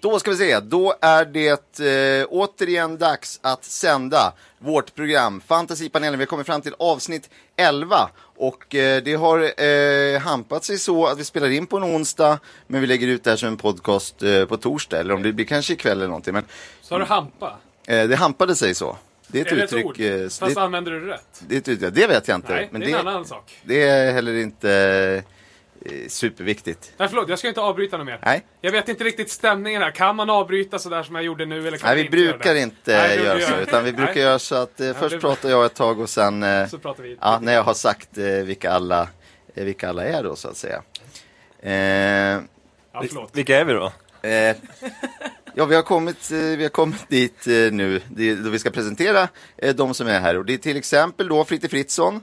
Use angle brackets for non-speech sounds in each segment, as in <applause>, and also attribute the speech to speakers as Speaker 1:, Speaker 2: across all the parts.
Speaker 1: Då ska vi se, då är det eh, återigen dags att sända vårt program Fantasipanelen. Vi har kommit fram till avsnitt 11 och eh, det har eh, hampat sig så att vi spelar in på en onsdag men vi lägger ut det här som en podcast eh, på torsdag eller om det blir kanske ikväll eller någonting. Men
Speaker 2: Sa du hampa?
Speaker 1: eh, det hampade sig så. Det är ett
Speaker 2: är det ett
Speaker 1: uttryck.
Speaker 2: ord?
Speaker 1: eh,
Speaker 2: Fast
Speaker 1: det,
Speaker 2: använder du det rätt?
Speaker 1: det, är ett uttryck- det vet jag inte.
Speaker 2: Nej,
Speaker 1: men
Speaker 2: det är en annan sak.
Speaker 1: det är heller inte eh, superviktigt.
Speaker 2: Nej, förlåt, jag ska inte avbryta något mer.
Speaker 1: Nej.
Speaker 2: Jag vet inte riktigt stämningen här. Kan man avbryta sådär som jag gjorde nu? Eller kan
Speaker 1: Nej,
Speaker 2: man
Speaker 1: vi brukar
Speaker 2: göra det?
Speaker 1: inte
Speaker 2: Nej,
Speaker 1: göra
Speaker 2: du
Speaker 1: så,
Speaker 2: gör.
Speaker 1: utan vi brukar
Speaker 2: Nej.
Speaker 1: göra så att eh, först
Speaker 2: det-
Speaker 1: pratar jag ett tag och sen eh,
Speaker 2: Så pratar vi.
Speaker 1: ja, när jag har sagt eh, vilka, alla, eh, vilka alla är då så att säga. Eh,
Speaker 2: Ja, förlåt.
Speaker 3: Vilka är vi då?
Speaker 1: eh, ja, vi har kommit, eh, vi har kommit dit eh, nu det, är då vi ska presentera eh, de som är här och det är till exempel då Fritte Fritzson.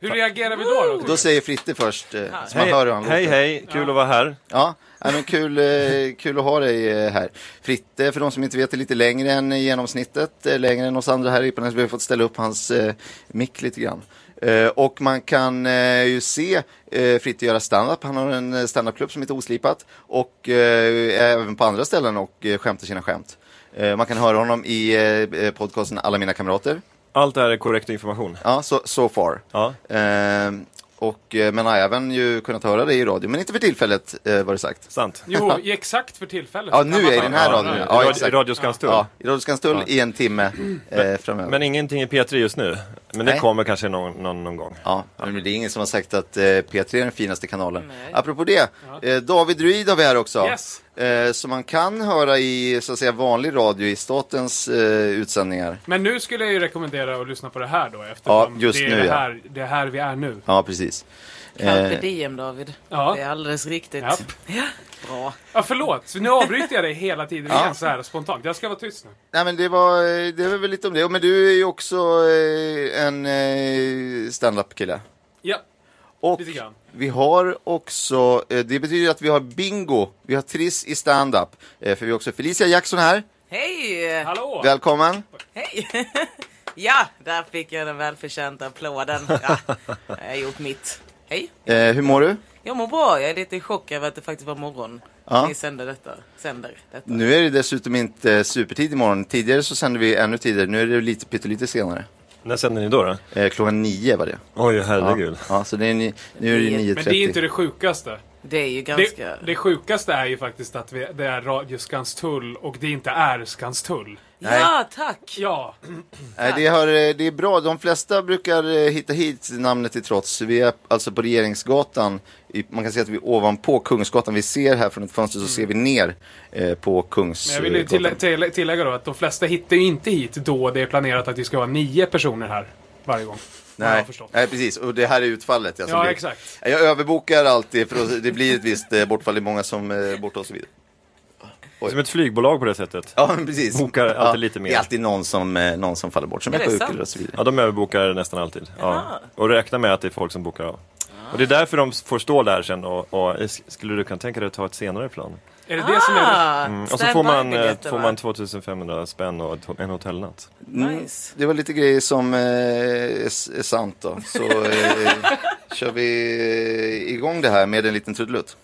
Speaker 2: Hur reagerar vi då? då tycker
Speaker 1: Då
Speaker 2: du?
Speaker 1: säger Fritte först, eh, så man hör hur han
Speaker 3: Hej, hej,
Speaker 1: låter.
Speaker 3: hej, kul att vara här.
Speaker 1: Ja, nej, men kul, eh, kul att ha dig eh, här. Fritte, för de som inte vet, är lite längre än genomsnittet, eh, längre än oss andra här i Ypernäs. Vi har fått ställa upp hans eh, mick lite grann. Eh, och man kan eh, ju se eh, Fritte göra standup. Han har en eh, standupklubb som heter Oslipat och eh, även på andra ställen och eh, skämtar sina skämt. Eh, man kan höra honom i eh, podcasten Alla mina kamrater.
Speaker 3: Allt det här är korrekt information.
Speaker 1: Ja, so, so far.
Speaker 3: Ja.
Speaker 1: Eh, och, eh, men har även ju kunnat höra det i radio, men inte för tillfället eh, var det sagt.
Speaker 3: Sant.
Speaker 2: Jo, exakt för tillfället.
Speaker 1: Ja,
Speaker 2: så
Speaker 1: nu
Speaker 2: kan man
Speaker 1: är i den här
Speaker 2: höra
Speaker 1: radion.
Speaker 2: det.
Speaker 1: Ja,
Speaker 3: I
Speaker 1: exakt.
Speaker 3: radio, Radio Skanstull.
Speaker 1: Ja, i Radio Skanstull i en timme eh, framöver.
Speaker 3: Men ingenting i P3 just nu. Men det
Speaker 1: Nej.
Speaker 3: kommer kanske någon, någon, någon gång.
Speaker 1: Ja, men det är ingen som har sagt att eh, P3 är den finaste kanalen. Apropå det, eh, David Ruid har vi här också.
Speaker 2: Yes.
Speaker 1: Eh, som man kan höra i så att säga, vanlig radio i statens eh, utsändningar.
Speaker 2: Men nu skulle jag ju rekommendera att lyssna på det här då
Speaker 1: Ja,
Speaker 2: eftersom
Speaker 1: just
Speaker 2: det är
Speaker 1: nu,
Speaker 2: det,
Speaker 1: ja.
Speaker 2: här, det här vi är nu.
Speaker 1: Ja, precis.
Speaker 3: Eh,
Speaker 1: Eh,
Speaker 4: Carpe diem David.
Speaker 2: Ja.
Speaker 4: Det är alldeles riktigt.
Speaker 2: Japp.
Speaker 4: Bra.
Speaker 2: Ja, förlåt. Så nu avbryter jag dig hela tiden igen så här spontant. Jag ska vara tyst nu.
Speaker 1: Nej, men det var, eh, det var väl lite om det. Men du är ju också eh, en eh, standup-kille.
Speaker 2: Ja,
Speaker 1: Och
Speaker 2: Lite grann.
Speaker 1: vi har också, eh, det betyder att vi har bingo, vi har Triss i standup. Eh, för vi har också Felicia Jackson här.
Speaker 4: Hej!
Speaker 2: hallå!
Speaker 1: Välkommen!
Speaker 4: Hej! <laughs> ja, där fick jag den välförtjänta applåden.
Speaker 3: <laughs>
Speaker 4: Ja, jag har gjort mitt. Hej!
Speaker 1: Eh, hur mår du?
Speaker 4: Jag mår bra. Jag är lite i chock över att det faktiskt var morgon.
Speaker 1: Ja.
Speaker 4: Ni sänder detta. Sänder detta.
Speaker 1: Nu är det dessutom inte eh, supertid imorgon. Tidigare så sände vi ännu tidigare, nu är det lite pyttelite senare.
Speaker 3: När sänder ni då? då?
Speaker 1: Eh, klockan nio var det.
Speaker 3: Oj,
Speaker 1: Ja,
Speaker 3: herregud.
Speaker 1: ja så det är ni, nu är det
Speaker 2: Men det är inte
Speaker 1: 9.30.
Speaker 2: det sjukaste.
Speaker 4: Det är ju ganska...
Speaker 2: Det, det sjukaste är ju faktiskt att vi, det är Radio Skanstull och det inte är Skanstull.
Speaker 4: Ja, tack!
Speaker 2: Ja,
Speaker 1: Mm. Nej, det, har, eh, det är bra, de flesta brukar eh, hitta hit namnet till trots. Vi är alltså på Regeringsgatan, i, man kan säga att vi är ovanpå Kungsgatan. Vi ser här från ett fönster så ser vi ner eh, på
Speaker 2: men jag vill ju
Speaker 1: Kungsgatan.
Speaker 2: tillä- tillä- tillägga då att de flesta hittar ju inte hit då det är planerat att vi ska vara nio personer här varje gång. Vad jag har
Speaker 1: Nej,
Speaker 2: förstått.
Speaker 1: nej, precis. Och det här är utfallet. Alltså,
Speaker 2: Ja,
Speaker 1: det,
Speaker 2: exakt.
Speaker 1: Jag överbokar alltid för då- det blir ett visst eh, bortfall. Det är många som eh, borta och så vidare.
Speaker 3: Som ett flygbolag på det sättet.
Speaker 1: Ja, men precis.
Speaker 3: Bokar alltid
Speaker 1: ja,
Speaker 3: lite mer.
Speaker 1: Det är alltid någon som, eh, någon som faller bort, som är,
Speaker 4: Är det
Speaker 1: sjuk
Speaker 4: sant?
Speaker 1: eller och så vidare.
Speaker 3: Ja, de överbokar nästan alltid. Ja. Och räknar med att det är folk som bokar av. Och det är därför de får stå där sen och, och sk- skulle du kunna tänka dig att ta ett senare plan?
Speaker 2: Är det det som är...
Speaker 4: Ah,
Speaker 3: Mm. Och så får man, eh,
Speaker 4: standby-biljetter,
Speaker 3: får
Speaker 4: va?
Speaker 3: man 2500 spänn och ett- en hotellnatt.
Speaker 4: Nice.
Speaker 1: Mm. Det var lite grejer som eh, är, s- är sant då. Så
Speaker 4: <laughs>
Speaker 1: eh, kör vi eh, igång det här med en liten trudelutt.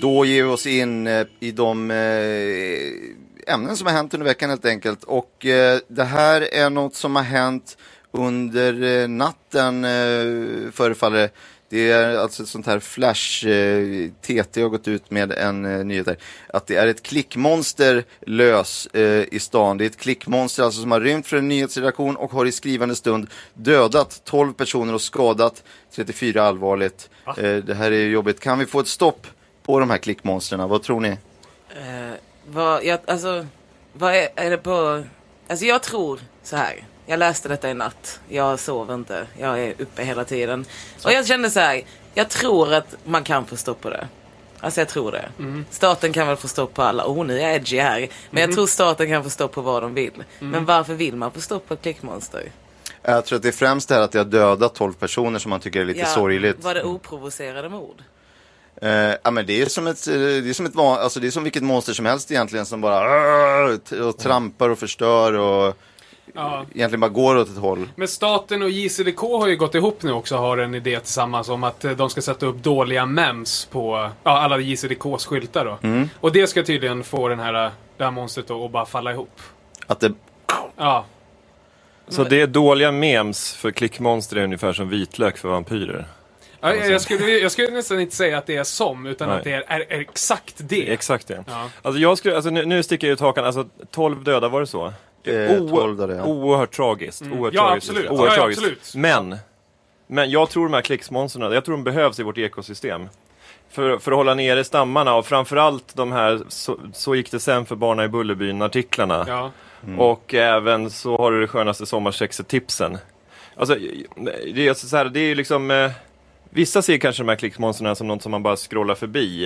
Speaker 1: Då ger vi oss in eh, i de eh, ämnen som har hänt under veckan helt enkelt. Och eh, det här är något som har hänt under eh, natten eh, förefaller det. det. är alltså ett sånt här flash. Eh, TT har gått ut med en eh, nyhet här. Att det är ett klickmonster lös eh, i stan. Det är ett klickmonster alltså som har rymt från en nyhetsredaktion och har i skrivande stund dödat 12 personer och skadat 34 allvarligt. Eh, det här är ju jobbigt. Kan vi få ett stopp? på de här klickmonstren. Vad tror ni?
Speaker 4: Eh, Vad, jag, alltså, vad är, är det på... Alltså jag tror så här. Jag läste detta i natt. Jag sover inte. Jag är uppe hela tiden. Och jag kände så här. Jag tror att man kan få stopp på det. Alltså jag tror det.
Speaker 1: Mm.
Speaker 4: Staten kan väl få stopp på alla. Oh, ni är edgy här. Men jag tror staten kan få stopp på vad de vill.
Speaker 1: Mm.
Speaker 4: Men varför vill man få stopp på ett klickmonster?
Speaker 1: Jag tror att det är främst det här att jag dödat 12 personer som man tycker är lite
Speaker 4: Ja,
Speaker 1: sorgligt. Mm.
Speaker 4: Var det oprovocerade mord?
Speaker 1: Eh, ja, men det är som ett, eh, det är som ett van- Mm. alltså det är som vilket monster som helst egentligen som bara "Arr!" t- och trampar och förstör och
Speaker 2: Ja.
Speaker 1: egentligen bara går åt ett håll.
Speaker 2: Men staten och JCDK har ju gått ihop nu också och har en idé tillsammans om att eh, de ska sätta upp dåliga mems på ja, alla JCDKs skyltar då.
Speaker 1: Mm.
Speaker 2: Och det ska tydligen få den här, eh, det här monstret då att bara falla ihop.
Speaker 1: Att det,
Speaker 2: Ja,
Speaker 3: Så det är dåliga memes för klickmonster är ungefär som vitlök för vampyrer.
Speaker 2: Ja, jag, jag, skulle, jag skulle nästan inte säga att det är som, utan
Speaker 3: Alltså. Nej.
Speaker 2: att det är, är, är exakt det.
Speaker 3: Exakt det.
Speaker 2: Ja.
Speaker 3: Alltså jag skulle, alltså nu, nu sticker jag ut hakan, alltså 12 döda, var det så?
Speaker 1: Eh, 12 döda, ja.
Speaker 3: Oerhört tragiskt. Oerhört
Speaker 2: Mm. Ja,
Speaker 3: tragiskt.
Speaker 2: absolut.
Speaker 3: Oerhört
Speaker 2: Ja, ja,
Speaker 3: tragiskt.
Speaker 2: absolut.
Speaker 3: Men, men jag tror de här klicksmonstren, jag tror de behövs i vårt ekosystem. För, för att hålla nere stammarna och framförallt de här så, så gick det sen för barna i Bullerbyn-artiklarna.
Speaker 2: Ja.
Speaker 4: Mm.
Speaker 3: Och även så har du det skönaste sommarsexet-tipsen. Alltså, det är, alltså så här, det är ju liksom... Eh, vissa ser kanske de här klickmonstren som något som man bara scrollar förbi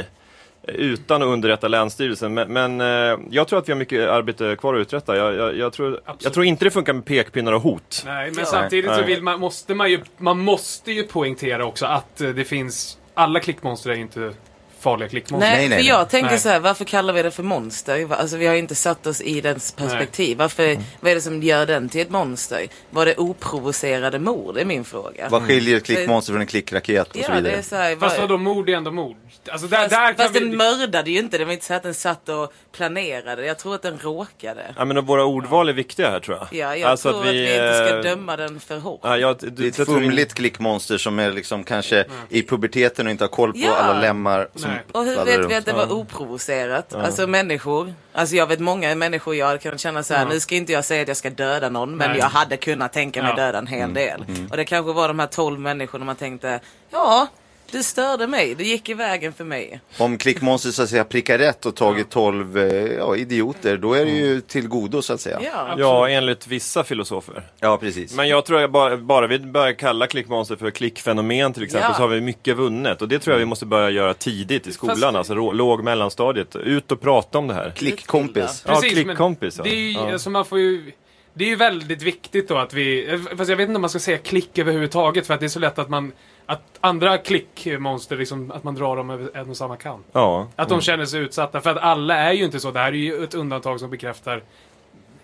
Speaker 3: eh, utan att underrätta Länsstyrelsen. Men, men eh, jag tror att vi har mycket arbete kvar att uträtta. Jag, jag, jag, tror, jag
Speaker 2: Absolut.
Speaker 3: tror inte det funkar med pekpinnar och hot.
Speaker 2: Nej, men
Speaker 4: Ja.
Speaker 2: samtidigt så
Speaker 3: Nej.
Speaker 2: vill man, måste man ju, man måste ju poängtera också att eh, det finns, alla klickmonster är ju inte farliga klickmonster.
Speaker 4: Nej,
Speaker 1: Nej, nej,
Speaker 4: för jag
Speaker 1: nej.
Speaker 4: tänker
Speaker 2: Nej.
Speaker 4: så här, varför kallar vi det för monster? Va- Alltså vi har ju inte satt oss i dens perspektiv.
Speaker 1: Mm.
Speaker 4: Varför, vad är det som gör den till ett monster? Var det oprovocerade mord? Det är min fråga.
Speaker 1: vad skiljer ett klickmonster från en klickraket och så
Speaker 4: ja, det
Speaker 1: vidare?
Speaker 4: är så här,
Speaker 2: Fast
Speaker 4: vad-
Speaker 2: vadå, mord är ändå mord. Alltså där,
Speaker 4: fast,
Speaker 2: där kan
Speaker 4: fast
Speaker 2: vi...
Speaker 4: den mördade ju inte, det var inte så att den satt och planerade. Jag tror att den råkade.
Speaker 3: Ja, men och våra ordval är viktiga här tror jag. Alltså
Speaker 4: Ja, jag
Speaker 1: Alltså
Speaker 4: tror att vi, inte
Speaker 1: eh,
Speaker 4: ska döma den för hårt.
Speaker 3: eh, Ja, jag,
Speaker 1: Det är ett fumligt klickmonster som är liksom kanske i puberteten och inte har koll på
Speaker 4: Ja.
Speaker 1: alla lemmar som
Speaker 2: Nej.
Speaker 4: Och hur
Speaker 1: fladdrar
Speaker 4: vet
Speaker 1: runt.
Speaker 4: vi att det var oprovocerat? Alltså människor. Alltså jag vet många människor jag hade kunnat känna så här. nu ska inte jag säga att jag ska döda någon, men
Speaker 2: Nej.
Speaker 4: jag hade kunnat tänka mig
Speaker 2: Ja. Mm.
Speaker 4: döda en hel del. Och det kanske var de här 12 människorna man tänkte, ja, du störde mig, du gick i vägen för mig.
Speaker 1: Om klickmonster så att säga prickar rätt och tagit 12 eh, ja, idioter, då är det ju till godo så att säga.
Speaker 4: Ja.
Speaker 3: Ja, enligt vissa filosofer.
Speaker 1: Ja, precis.
Speaker 3: Men jag tror att bara, bara vi börjar kalla klickmonster för klickfenomen till exempel
Speaker 4: Ja.
Speaker 3: så har vi mycket vunnet. Och det tror jag
Speaker 1: Mm.
Speaker 3: vi måste börja göra tidigt i skolan,
Speaker 2: Fast-
Speaker 3: alltså rå- låg mellanstadiet. Ut och prata om det här.
Speaker 1: Klickkompis.
Speaker 3: Ja,
Speaker 2: Precis, men
Speaker 3: klickkompis. Ja.
Speaker 2: Det är ju,
Speaker 3: Ja.
Speaker 2: alltså man får ju... Det är ju väldigt viktigt då att vi, eh, fast jag vet inte om man ska säga klick överhuvudtaget för att det är så lätt att man, att andra klickmonster liksom, att man drar dem över en och samma kant.
Speaker 3: Ja.
Speaker 2: Att
Speaker 1: Mm.
Speaker 2: de känner sig utsatta, för att alla är ju inte så. Det här är ju ett undantag som bekräftar,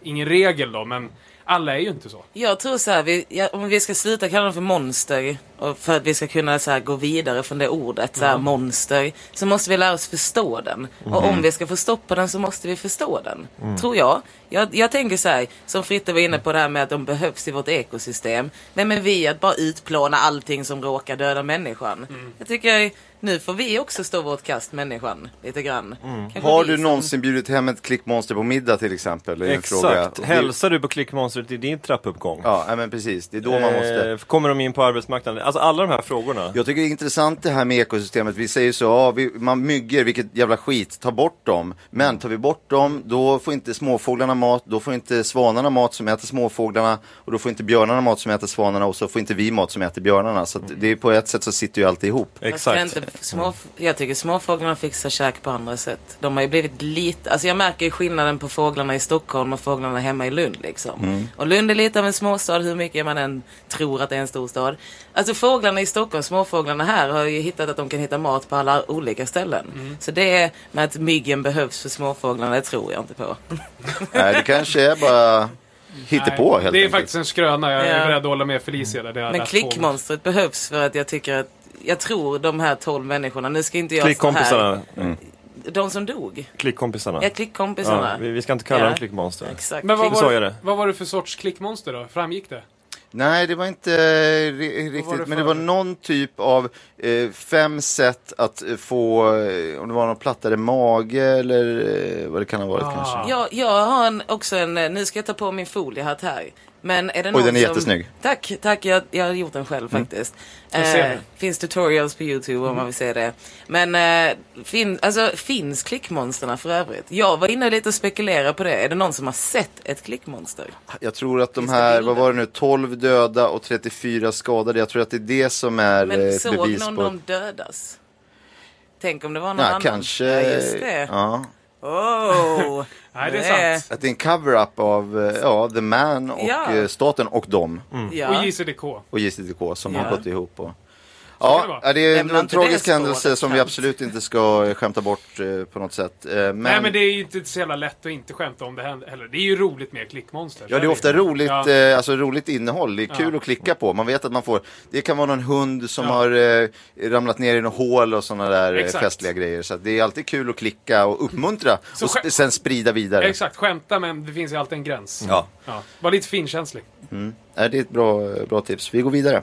Speaker 2: ingen regel då, men alla är ju inte så.
Speaker 4: Jag tror så här, vi, ja, om vi ska sluta kalla dem för monster och för att vi ska kunna så här, gå vidare från det ordet, så här, monster, så måste vi lära oss förstå den. Och
Speaker 1: Mhm.
Speaker 4: om vi ska få stopp på den så måste vi förstå den,
Speaker 1: Mm.
Speaker 4: tror jag. jag. Jag tänker så här, som Fritte var inne på det här med att de behövs i vårt ekosystem. Vem är vi att bara utplåna allting som råkar döda människan?
Speaker 1: Mm.
Speaker 4: Jag tycker nu får vi också stå vårt kast, människan, lite grann. Kanske
Speaker 1: Mm. Har
Speaker 4: vi
Speaker 1: du
Speaker 4: som-
Speaker 1: någonsin bjudit hem ett klickmonster på middag till exempel? Är en fråga.
Speaker 3: Exakt.
Speaker 1: Och det-
Speaker 3: Hälsar du på klickmonstret i din trappuppgång?
Speaker 1: Ja, nej, men precis. Det är då man måste.
Speaker 3: Eh, kommer de in på arbetsmarknaden? Alltså alla de här frågorna.
Speaker 1: Jag tycker det är intressant det här med ekosystemet. Vi säger så, ja, vi, man mygger, vilket jävla skit, ta bort dem. Men tar vi bort dem, då får inte småfåglarna mat, då får inte svanarna mat som äter småfåglarna och då får inte björnarna mat som äter svanarna och så får inte vi mat som äter björnarna. Så att det är på ett sätt så sitter ju allt ihop.
Speaker 2: <laughs>
Speaker 4: Fast jag
Speaker 3: Exakt.
Speaker 4: Inte, små, jag tycker småfåglarna fixar käk på andra sätt. De har ju blivit lite, alltså jag märker ju skillnaden på fåglarna i Stockholm och fåglarna hemma i Lund liksom. Och Lund är lite av en småstad hur mycket man än tror att det är en storstad. Alltså fåglarna i Stockholm, småfåglarna här har ju hittat att de kan hitta mat på alla olika ställen. Så det med att myggen behövs för småfåglarna, det tror jag inte på.
Speaker 1: Nej, det kanske är bara hittepå
Speaker 2: Nej,
Speaker 1: helt
Speaker 2: Det är
Speaker 1: enkelt.
Speaker 2: faktiskt en skröna, jag
Speaker 4: Ja.
Speaker 2: är beredd att hålla med Felicia där. Det har jag
Speaker 4: Men
Speaker 2: läst på.
Speaker 4: klickmonstret behövs för att jag tycker att, jag tror de här 12 människorna, nu ska inte jag stå här.
Speaker 3: Klickkompisarna. Mm.
Speaker 4: De som dog.
Speaker 3: Klickkompisarna.
Speaker 4: Ja,
Speaker 3: Ja,
Speaker 4: klickkompisarna.
Speaker 3: vi, vi ska inte kalla
Speaker 4: Ja.
Speaker 3: dem klickmonster.
Speaker 4: Exakt.
Speaker 2: Men vad
Speaker 3: Så
Speaker 2: var,
Speaker 3: är
Speaker 2: det,
Speaker 3: det.
Speaker 2: vad var det för sorts klickmonster då? Framgick det?
Speaker 1: Nej, det var inte eh, ri- riktigt,
Speaker 2: var det
Speaker 1: men det
Speaker 2: för?
Speaker 1: var någon typ av eh, fem sätt att eh, få, eh, om det var någon plattare mage eller eh, vad det kan ha varit
Speaker 2: Ah.
Speaker 1: kanske.
Speaker 4: Jag, jag har en, också en, eh, nu ska jag ta på min foliehatt här. Men är det någon
Speaker 1: den är
Speaker 4: som...
Speaker 1: jättesnygg. Mm.
Speaker 4: Tack, tack. Jag, jag har gjort den själv faktiskt. Eh,
Speaker 2: Jag ser det.
Speaker 4: finns tutorials på YouTube om man vill se det. Men eh, fin, alltså, finns klickmonsterna för övrigt? Jag var inne lite och spekulerade på det. Är det någon som har sett ett klickmonster?
Speaker 1: Jag tror att de
Speaker 4: Finns det
Speaker 1: här,
Speaker 4: bilder?
Speaker 1: vad var det nu, 12 döda och 34 skadade. Jag tror att det är det som är eh,
Speaker 4: Men
Speaker 1: ett
Speaker 4: såg
Speaker 1: bevis
Speaker 4: någon
Speaker 1: på...
Speaker 4: dem dödas? Tänk om det var någon
Speaker 1: Ja,
Speaker 4: annan.
Speaker 1: kanske.
Speaker 4: Ja, just det.
Speaker 1: Ja. <laughs>
Speaker 4: Oh.
Speaker 2: Nej, det är
Speaker 4: Nej.
Speaker 2: sant.
Speaker 1: Att det är en cover-up av eh, ja, The Man och
Speaker 4: Ja.
Speaker 1: eh, staten och dem
Speaker 4: Ja.
Speaker 2: Och JCDK.
Speaker 1: och JCDK som
Speaker 4: Ja.
Speaker 1: har gått ihop. Och...
Speaker 2: kan det
Speaker 1: Ja,
Speaker 2: vara.
Speaker 1: ja, det är
Speaker 4: Lämna
Speaker 1: en
Speaker 4: inte
Speaker 1: tragisk
Speaker 4: det
Speaker 1: händelse
Speaker 4: spåret,
Speaker 1: som vi
Speaker 4: Kent.
Speaker 1: absolut inte ska eh, skämta bort eh, på något sätt. Eh, Men,
Speaker 2: Nej men det är ju inte så jävla lätt att inte skämta om det händer- heller. Det är ju roligt med klickmonster.
Speaker 1: Ja, det är ofta roligt,
Speaker 2: Ja.
Speaker 1: eh, alltså, roligt innehåll. Det är kul
Speaker 2: Ja.
Speaker 1: att klicka på. Man vet att man får, det kan vara någon hund som
Speaker 2: Ja.
Speaker 1: har eh, ramlat ner i något hål och sådana där eh,
Speaker 2: Exakt.
Speaker 1: festliga grejer. Så att det är alltid kul att klicka och uppmuntra
Speaker 2: Så
Speaker 1: och
Speaker 2: själv-
Speaker 1: sp- sen sprida vidare.
Speaker 2: Exakt, skämta men det finns ju alltid en gräns.
Speaker 1: Ja.
Speaker 2: Ja. Var lite finkänslig.
Speaker 1: Nej, det är ett bra, bra tips. Vi går vidare.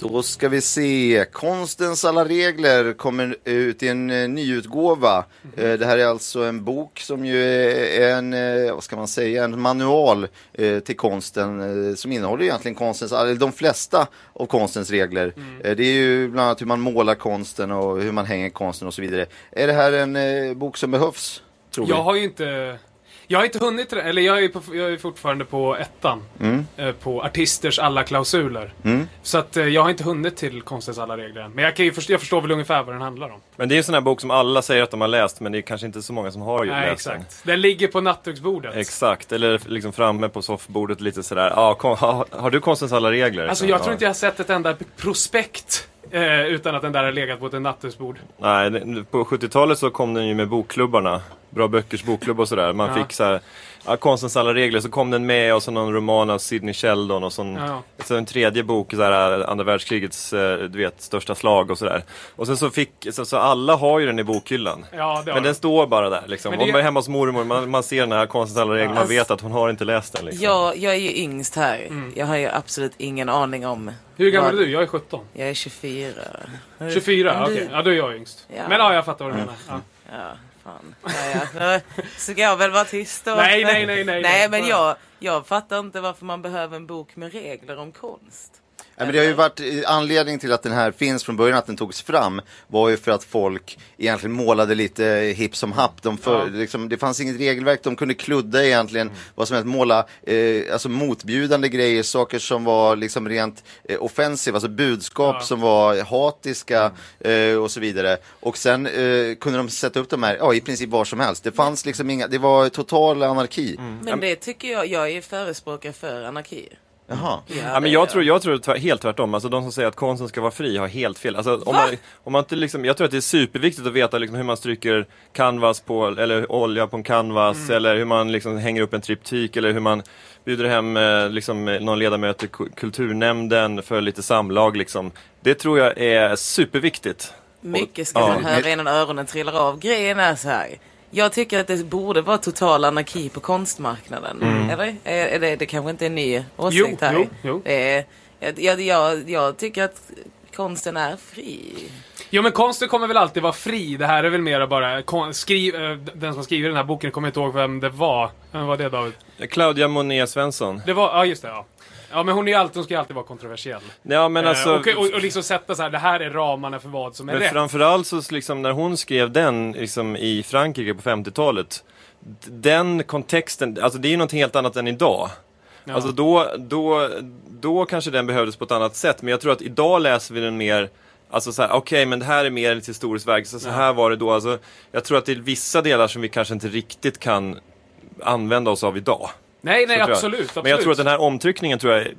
Speaker 1: Då ska vi se. Konstens alla regler kommer ut i en eh, nyutgåva. Eh, Det här är alltså en bok som ju är en, eh, vad ska man säga, en manual eh, till konsten eh, som innehåller egentligen konstens, eller de flesta av konstens regler. Eh, Det är ju bland annat hur man målar konsten och hur man hänger konsten och så vidare. Är det här en eh, bok som behövs? Tror vi?
Speaker 2: Jag har ju inte... Jag har inte hunnit till det, eller jag är, på, jag är fortfarande på ettan.
Speaker 3: Mm.
Speaker 2: Eh, På artisters alla klausuler. Så att eh, jag har inte hunnit till konstens alla regler än. Men jag, kan ju förstå, jag förstår väl ungefär vad den handlar om.
Speaker 3: Men det är en sån här bok som alla säger att de har läst, men det är kanske inte så många som har ju
Speaker 2: Nej,
Speaker 3: läst den.
Speaker 2: exakt. Den ligger på nattduksbordet.
Speaker 3: Exakt, eller liksom framme på soffbordet lite sådär. Ja, kom, ha, har du konstens alla regler?
Speaker 2: Alltså
Speaker 3: Liksom,
Speaker 2: jag
Speaker 3: ja.
Speaker 2: tror inte jag har sett ett enda prospekt eh, utan att den där har legat på ett nattduksbord.
Speaker 3: Nej, det- på 70-talet så kom den ju med bokklubbarna. Bra böckers bokklubb och sådär. Man
Speaker 2: Ja.
Speaker 3: fick så här, ja, konstens alla regler, så kom den med och så någon roman av Sidney Sheldon och så en,
Speaker 2: Ja.
Speaker 3: så en tredje bok, så här, andra världskrigets eh, du vet, största slag och sådär. Och sen så fick, så, så alla har ju den i bokhyllan.
Speaker 2: Ja, det har
Speaker 3: Men den
Speaker 2: den.
Speaker 3: står bara där liksom.
Speaker 2: Men
Speaker 3: Om
Speaker 2: det-
Speaker 3: man är hemma hos mormor, man, man ser den här konstens alla regler, man vet att hon har inte läst den. Liksom.
Speaker 4: Jag, jag är ju yngst här. Jag har ju absolut ingen aning om...
Speaker 2: Mm. Hur gammal är
Speaker 4: vad-
Speaker 2: du? Jag är 17.
Speaker 4: Jag är 24.
Speaker 2: 24?
Speaker 4: Men
Speaker 2: Okej,
Speaker 4: du-
Speaker 2: ja då är jag yngst.
Speaker 4: Ja.
Speaker 2: Men ja, jag fattar vad du menar. Ja.
Speaker 4: Ja, fan. Ja, ja. <laughs> Ska jag väl vara tyst då?
Speaker 2: Nej, nej, nej, nej.
Speaker 4: Nej, men jag, jag fattar inte varför man behöver en bok med regler om konst.
Speaker 1: Ja, men det har ju varit eh, anledningen till att den här finns från början, att den togs fram, var ju för att folk egentligen målade lite eh, hipp som happ. De för,
Speaker 2: Ja.
Speaker 1: liksom, det fanns inget regelverk, de kunde kludda egentligen vad som helst, måla eh, alltså motbjudande grejer, saker som var liksom rent eh, offensiva, alltså budskap
Speaker 2: Ja.
Speaker 1: som var hatiska eh, och så vidare. Och sen eh, kunde de sätta upp de här, ja i princip var som helst. Det fanns liksom inga, det var total anarki.
Speaker 4: Men det tycker jag, jag är förespråkare för anarki.
Speaker 1: Jaha.
Speaker 3: Ja,
Speaker 4: det
Speaker 3: men
Speaker 4: är
Speaker 3: jag tror, jag tror tvär, helt tvärtom, alltså de som säger att konsten ska vara fri har helt fel. Alltså, om man, om man inte liksom, jag tror att det är superviktigt att veta liksom hur man stryker canvas på, eller olja på en canvas, eller hur man liksom hänger upp en triptyk, eller hur man bjuder hem eh, liksom, eh, någon ledamöter i ku- kulturnämnden för lite samlag. Liksom. Det tror jag är superviktigt.
Speaker 4: Mycket ska
Speaker 3: Ja.
Speaker 4: man höra innan öronen trillar av. Grejen är så här. Jag tycker att det borde vara total anarki på konstmarknaden. Eller? Är, är det, det kanske inte är en ny åsikt
Speaker 2: Jo,
Speaker 4: här.
Speaker 2: jo, jo.
Speaker 4: Det är, jag, jag, jag tycker att konsten är fri.
Speaker 2: Jo men konsten kommer väl alltid vara fri. Det här är väl mera bara, kon- skriv, eh, den som skriver den här boken kommer inte ihåg vem det var. Vem var det David?
Speaker 3: Claudia Monet Svensson.
Speaker 2: Det var, ja just det ja. Ja men hon, är ju alltid, hon ska ju alltid vara kontroversiell.
Speaker 3: Ja, men
Speaker 2: Eh,
Speaker 3: alltså,
Speaker 2: och, och, och liksom sätta så här, det här är ramarna för vad som är
Speaker 3: Men
Speaker 2: rätt.
Speaker 3: framförallt så liksom, när hon skrev den liksom, i Frankrike på 50-talet, d- den kontexten, alltså det är ju något helt annat än idag.
Speaker 2: Ja.
Speaker 3: Alltså då, då, då kanske den behövdes på ett annat sätt, men jag tror att idag läser vi den mer Alltså så här, okej men det här är mer ett historiskt verk, så, så här var det då. Alltså, jag tror att det är vissa delar som vi kanske inte riktigt kan använda oss av idag.
Speaker 2: nej, nej
Speaker 3: Så tror jag.
Speaker 2: absolut, absolut.
Speaker 3: Men jag tror att den här omtryckningen tror jag är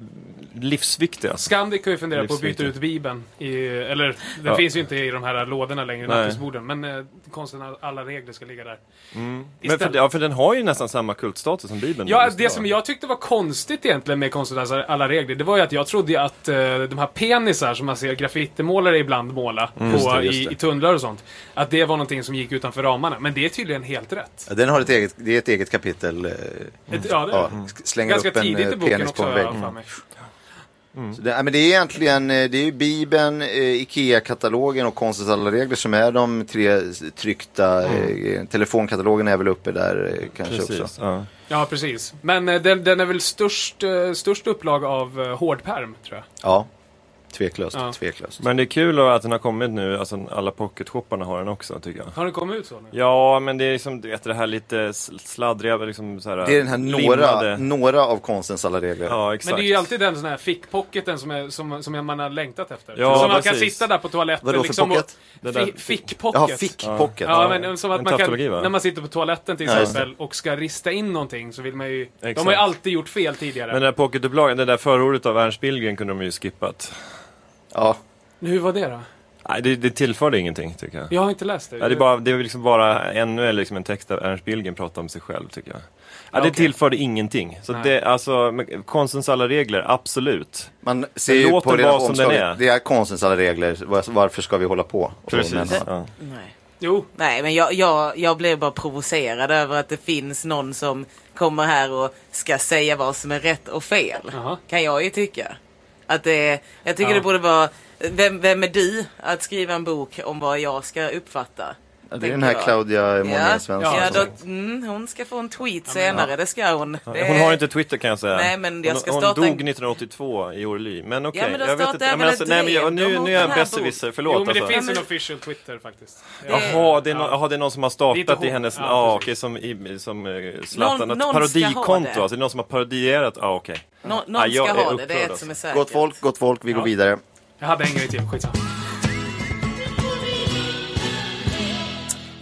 Speaker 3: livsviktig. Alltså.
Speaker 2: Scandic har ju funderat på att byta
Speaker 3: Livsviktigt.
Speaker 2: ut Bibeln. I, eller, den
Speaker 3: Ja.
Speaker 2: finns ju inte i de här lådorna längre,
Speaker 3: Nej.
Speaker 2: nattduksborden. Men eh, konsten att alla regler ska ligga där.
Speaker 3: Mm. Men för, ja, för den har ju nästan samma kultstatus som Bibeln.
Speaker 2: Ja,
Speaker 3: just
Speaker 2: det
Speaker 3: idag.
Speaker 2: som jag tyckte var konstigt egentligen med konstens alla regler, det var ju att jag trodde ju att eh, de här penisar som man ser graffitimålare ibland måla
Speaker 3: Just
Speaker 2: på,
Speaker 3: det, just
Speaker 2: i,
Speaker 3: det.
Speaker 2: i tunnlar och sånt, att det var någonting som gick utanför ramarna. Men det är tydligen helt rätt.
Speaker 1: Den har ett eget, det är ett eget kapitel. eh,
Speaker 2: Ett- Ja, det är
Speaker 1: Ja,
Speaker 2: det.
Speaker 1: sk- slänger
Speaker 2: Ganska
Speaker 1: upp en
Speaker 2: tidigt i
Speaker 1: eh,
Speaker 2: boken
Speaker 1: penis
Speaker 2: också,
Speaker 1: på en
Speaker 2: har
Speaker 1: vägg.
Speaker 2: jag för mig.
Speaker 1: Så Det, ja, men det är egentligen eh, det är ju Bibeln, eh, IKEA-katalogen och konstens alla regler som är de tre s- tryckta. Eh, telefonkatalogen är väl uppe där eh, kanske också.
Speaker 3: Precis, ja.
Speaker 2: Ja, precis. Men eh, den, den är väl störst, eh, störst upplag av eh, hårdperm, tror jag.
Speaker 1: Ja. Tveklöst,
Speaker 2: Ja.
Speaker 1: tveklöst.
Speaker 3: Men det är kul att den har kommit nu, alltså alla pocketshopparna har den också tycker jag.
Speaker 2: Har den kommit ut så nu?
Speaker 3: Ja, men det är liksom, du vet, det här lite sl- sladdriga, liksom så här,
Speaker 1: det är den här några,
Speaker 3: limmade-
Speaker 1: några av konstens alla regler.
Speaker 3: Ja, exakt.
Speaker 2: Men det är ju alltid den sån här fickpocketen som, är, som, som man har längtat efter.
Speaker 3: Ja,
Speaker 2: som man kan
Speaker 3: precis.
Speaker 2: sitta där på toaletten
Speaker 1: Vadå för
Speaker 2: liksom och-
Speaker 1: pocket?
Speaker 3: Det där-
Speaker 2: Fi, fickpocket.
Speaker 1: Jaha, fickpocket.
Speaker 2: Ja, men som att
Speaker 3: En
Speaker 2: man kan,
Speaker 3: tautologi, va?
Speaker 2: när man sitter på toaletten till
Speaker 1: Ja, just
Speaker 2: exempel och ska rista in någonting så vill man ju... De
Speaker 3: Exakt.
Speaker 2: har ju alltid gjort fel tidigare.
Speaker 3: Men den där pocketupplagan, det där förordet av Ernst Billgren kunde de ju skippat.
Speaker 1: Ja.
Speaker 2: Hur var det då?
Speaker 3: Nej, det, det tillförde ingenting tycker jag.
Speaker 2: Jag har inte läst det.
Speaker 3: Ja, det, är bara, det är liksom bara ännu en- liksom en text där Ernst Billgren pratar om sig själv tycker jag. Ja, det
Speaker 2: okej.
Speaker 3: tillförde ingenting. Så
Speaker 2: Nej.
Speaker 3: det, alltså, men konstens alla regler, absolut.
Speaker 1: Man ser
Speaker 3: Men
Speaker 1: ju
Speaker 3: låten
Speaker 1: på redan
Speaker 3: var som den
Speaker 1: omslaget,
Speaker 3: är.
Speaker 1: det är konstens alla regler, var- varför ska vi hålla på? Och men-
Speaker 3: Ja.
Speaker 4: Nej.
Speaker 2: Jo,
Speaker 4: Nej, men jag, jag, jag blev bara provocerad över att det finns någon som kommer här och ska säga vad som är rätt och fel.
Speaker 2: Jaha.
Speaker 4: Kan jag ju tycka. Att det, är- jag tycker
Speaker 2: Ja.
Speaker 4: det borde vara, vem, vem är du att skriva en bok om vad jag ska uppfatta?
Speaker 1: Ja, Det är
Speaker 4: tänker
Speaker 1: den här
Speaker 4: jag.
Speaker 1: Claudia Monér Svensson.
Speaker 4: ja
Speaker 1: som-
Speaker 4: då, mm, hon ska få en tweet senare, det ska hon. Det-
Speaker 3: Hon har inte Twitter kan jag säga.
Speaker 4: Nej, men jag
Speaker 3: hon,
Speaker 4: ska
Speaker 3: hon
Speaker 4: starta
Speaker 3: dog
Speaker 4: en-
Speaker 3: 1982 i Orly. Men okej,
Speaker 4: Ja, men då
Speaker 3: jag vet
Speaker 4: startar
Speaker 3: inte.
Speaker 4: jag
Speaker 3: Ja, men
Speaker 4: väl
Speaker 3: alltså,
Speaker 4: ett
Speaker 3: nej, men jag,
Speaker 4: drev. De
Speaker 3: nu,
Speaker 4: har
Speaker 3: nu är jag
Speaker 4: den
Speaker 3: en
Speaker 4: här
Speaker 3: besserwisser,
Speaker 4: boken.
Speaker 3: förlåt
Speaker 2: jo men det
Speaker 3: alltså.
Speaker 2: finns en
Speaker 4: men-
Speaker 2: official Twitter faktiskt. Ja.
Speaker 4: Det-
Speaker 3: Jaha, det är, no
Speaker 2: Ja.
Speaker 3: jaha, det är någon som har
Speaker 2: Det är inte
Speaker 3: startat
Speaker 2: hon.
Speaker 3: i hennes,
Speaker 2: Ja,
Speaker 3: ja okej,
Speaker 2: precis.
Speaker 3: som, i, som eh, Zlatan,
Speaker 4: Någon-
Speaker 3: ett
Speaker 4: någon ska ha
Speaker 3: parodikonto
Speaker 4: det.
Speaker 3: alltså, det är någon som har parodierat, ja ah, okej.
Speaker 4: Nå, någon
Speaker 3: Ja, jag
Speaker 4: ska
Speaker 3: är
Speaker 4: ha det, det är
Speaker 3: upprörd, alltså.
Speaker 4: ett som är säkert.
Speaker 1: Gott folk, gott folk, vi går vidare.
Speaker 2: Jag hade en grej till, skitsamma.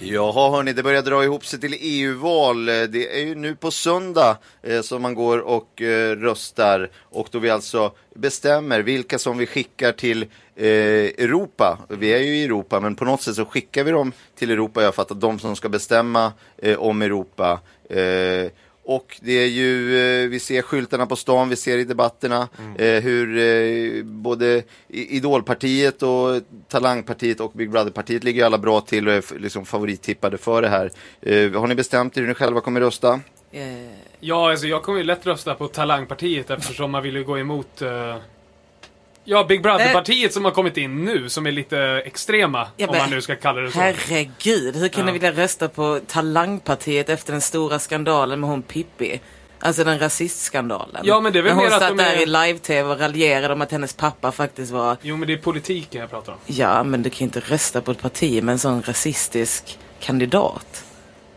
Speaker 1: Jaha hörni, det börjar dra ihop sig till EU-val. Eh, Det är ju nu på söndag eh, som man går och eh, röstar och då vi alltså bestämmer vilka som vi skickar till eh, Europa. Vi är ju i Europa men på något sätt så skickar vi dem till Europa. Jag fattar de som ska bestämma eh, om Europa. Eh, och det är ju, eh, vi ser skyltarna på stan, vi ser i debatterna
Speaker 3: Mm.
Speaker 1: eh, hur eh, både I- Idolpartiet och Talangpartiet och Big Brother-partiet ligger ju alla bra till och är f- liksom favorittippade för det här. Eh, har ni bestämt er hur ni själva kommer rösta?
Speaker 4: Eh,
Speaker 2: Ja, alltså jag kommer ju lätt rösta på Talangpartiet eftersom man vill ju gå emot... eh, Ja, Big Brother-partiet som har kommit in nu, som är lite extrema,
Speaker 4: Ja,
Speaker 2: om
Speaker 4: men-
Speaker 2: man nu ska kalla det så.
Speaker 4: Herregud, hur kunde
Speaker 2: Ja.
Speaker 4: ni vilja rösta på Talangpartiet efter den stora skandalen med hon Pippi? Alltså den rasistskandalen.
Speaker 2: Ja, men det är väl
Speaker 4: När hon
Speaker 2: mer att
Speaker 4: satt
Speaker 2: de är-
Speaker 4: där i live-tv och raljerade om att hennes pappa faktiskt var...
Speaker 2: Jo, men det är politiken jag pratar om.
Speaker 4: Ja, men du kan ju inte rösta på ett parti med en sån rasistisk kandidat.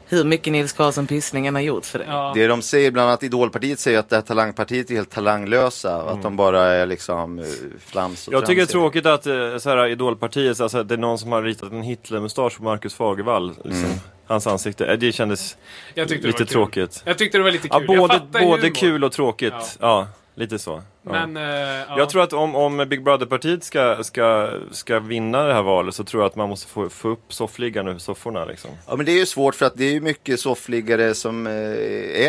Speaker 4: Hur mycket Nils Karlsson Pysslingen har gjort för det.
Speaker 2: Ja.
Speaker 1: Det de säger, bland annat Idolpartiet säger att det här Talangpartiet är helt talanglösa och att de bara är liksom eh, flams och
Speaker 3: Mm. Jag tycker det är
Speaker 1: tramsar.
Speaker 3: tråkigt att eh, så här, Idolpartiet, alltså, att det är någon som har ritat en Hitlermustasch på Marcus Fagervall, liksom, hans ansikte. Eh, Det kändes
Speaker 2: Mm. Jag tyckte det var
Speaker 3: lite
Speaker 2: kul.
Speaker 3: tråkigt.
Speaker 2: Jag tyckte det var lite
Speaker 3: Ja,
Speaker 2: kul. jag
Speaker 3: både
Speaker 2: fattar
Speaker 3: både
Speaker 2: humor,
Speaker 3: kul och tråkigt.
Speaker 2: Ja.
Speaker 3: Ja, lite så. Ja.
Speaker 2: Men, eh, ja.
Speaker 3: Jag tror att om, om Big Brother-partiet ska, ska, ska vinna det här valet så tror jag att man måste få, få upp soffligan ur sofforna. Liksom.
Speaker 1: Ja men det är ju svårt för att det är ju mycket soffliggare som eh,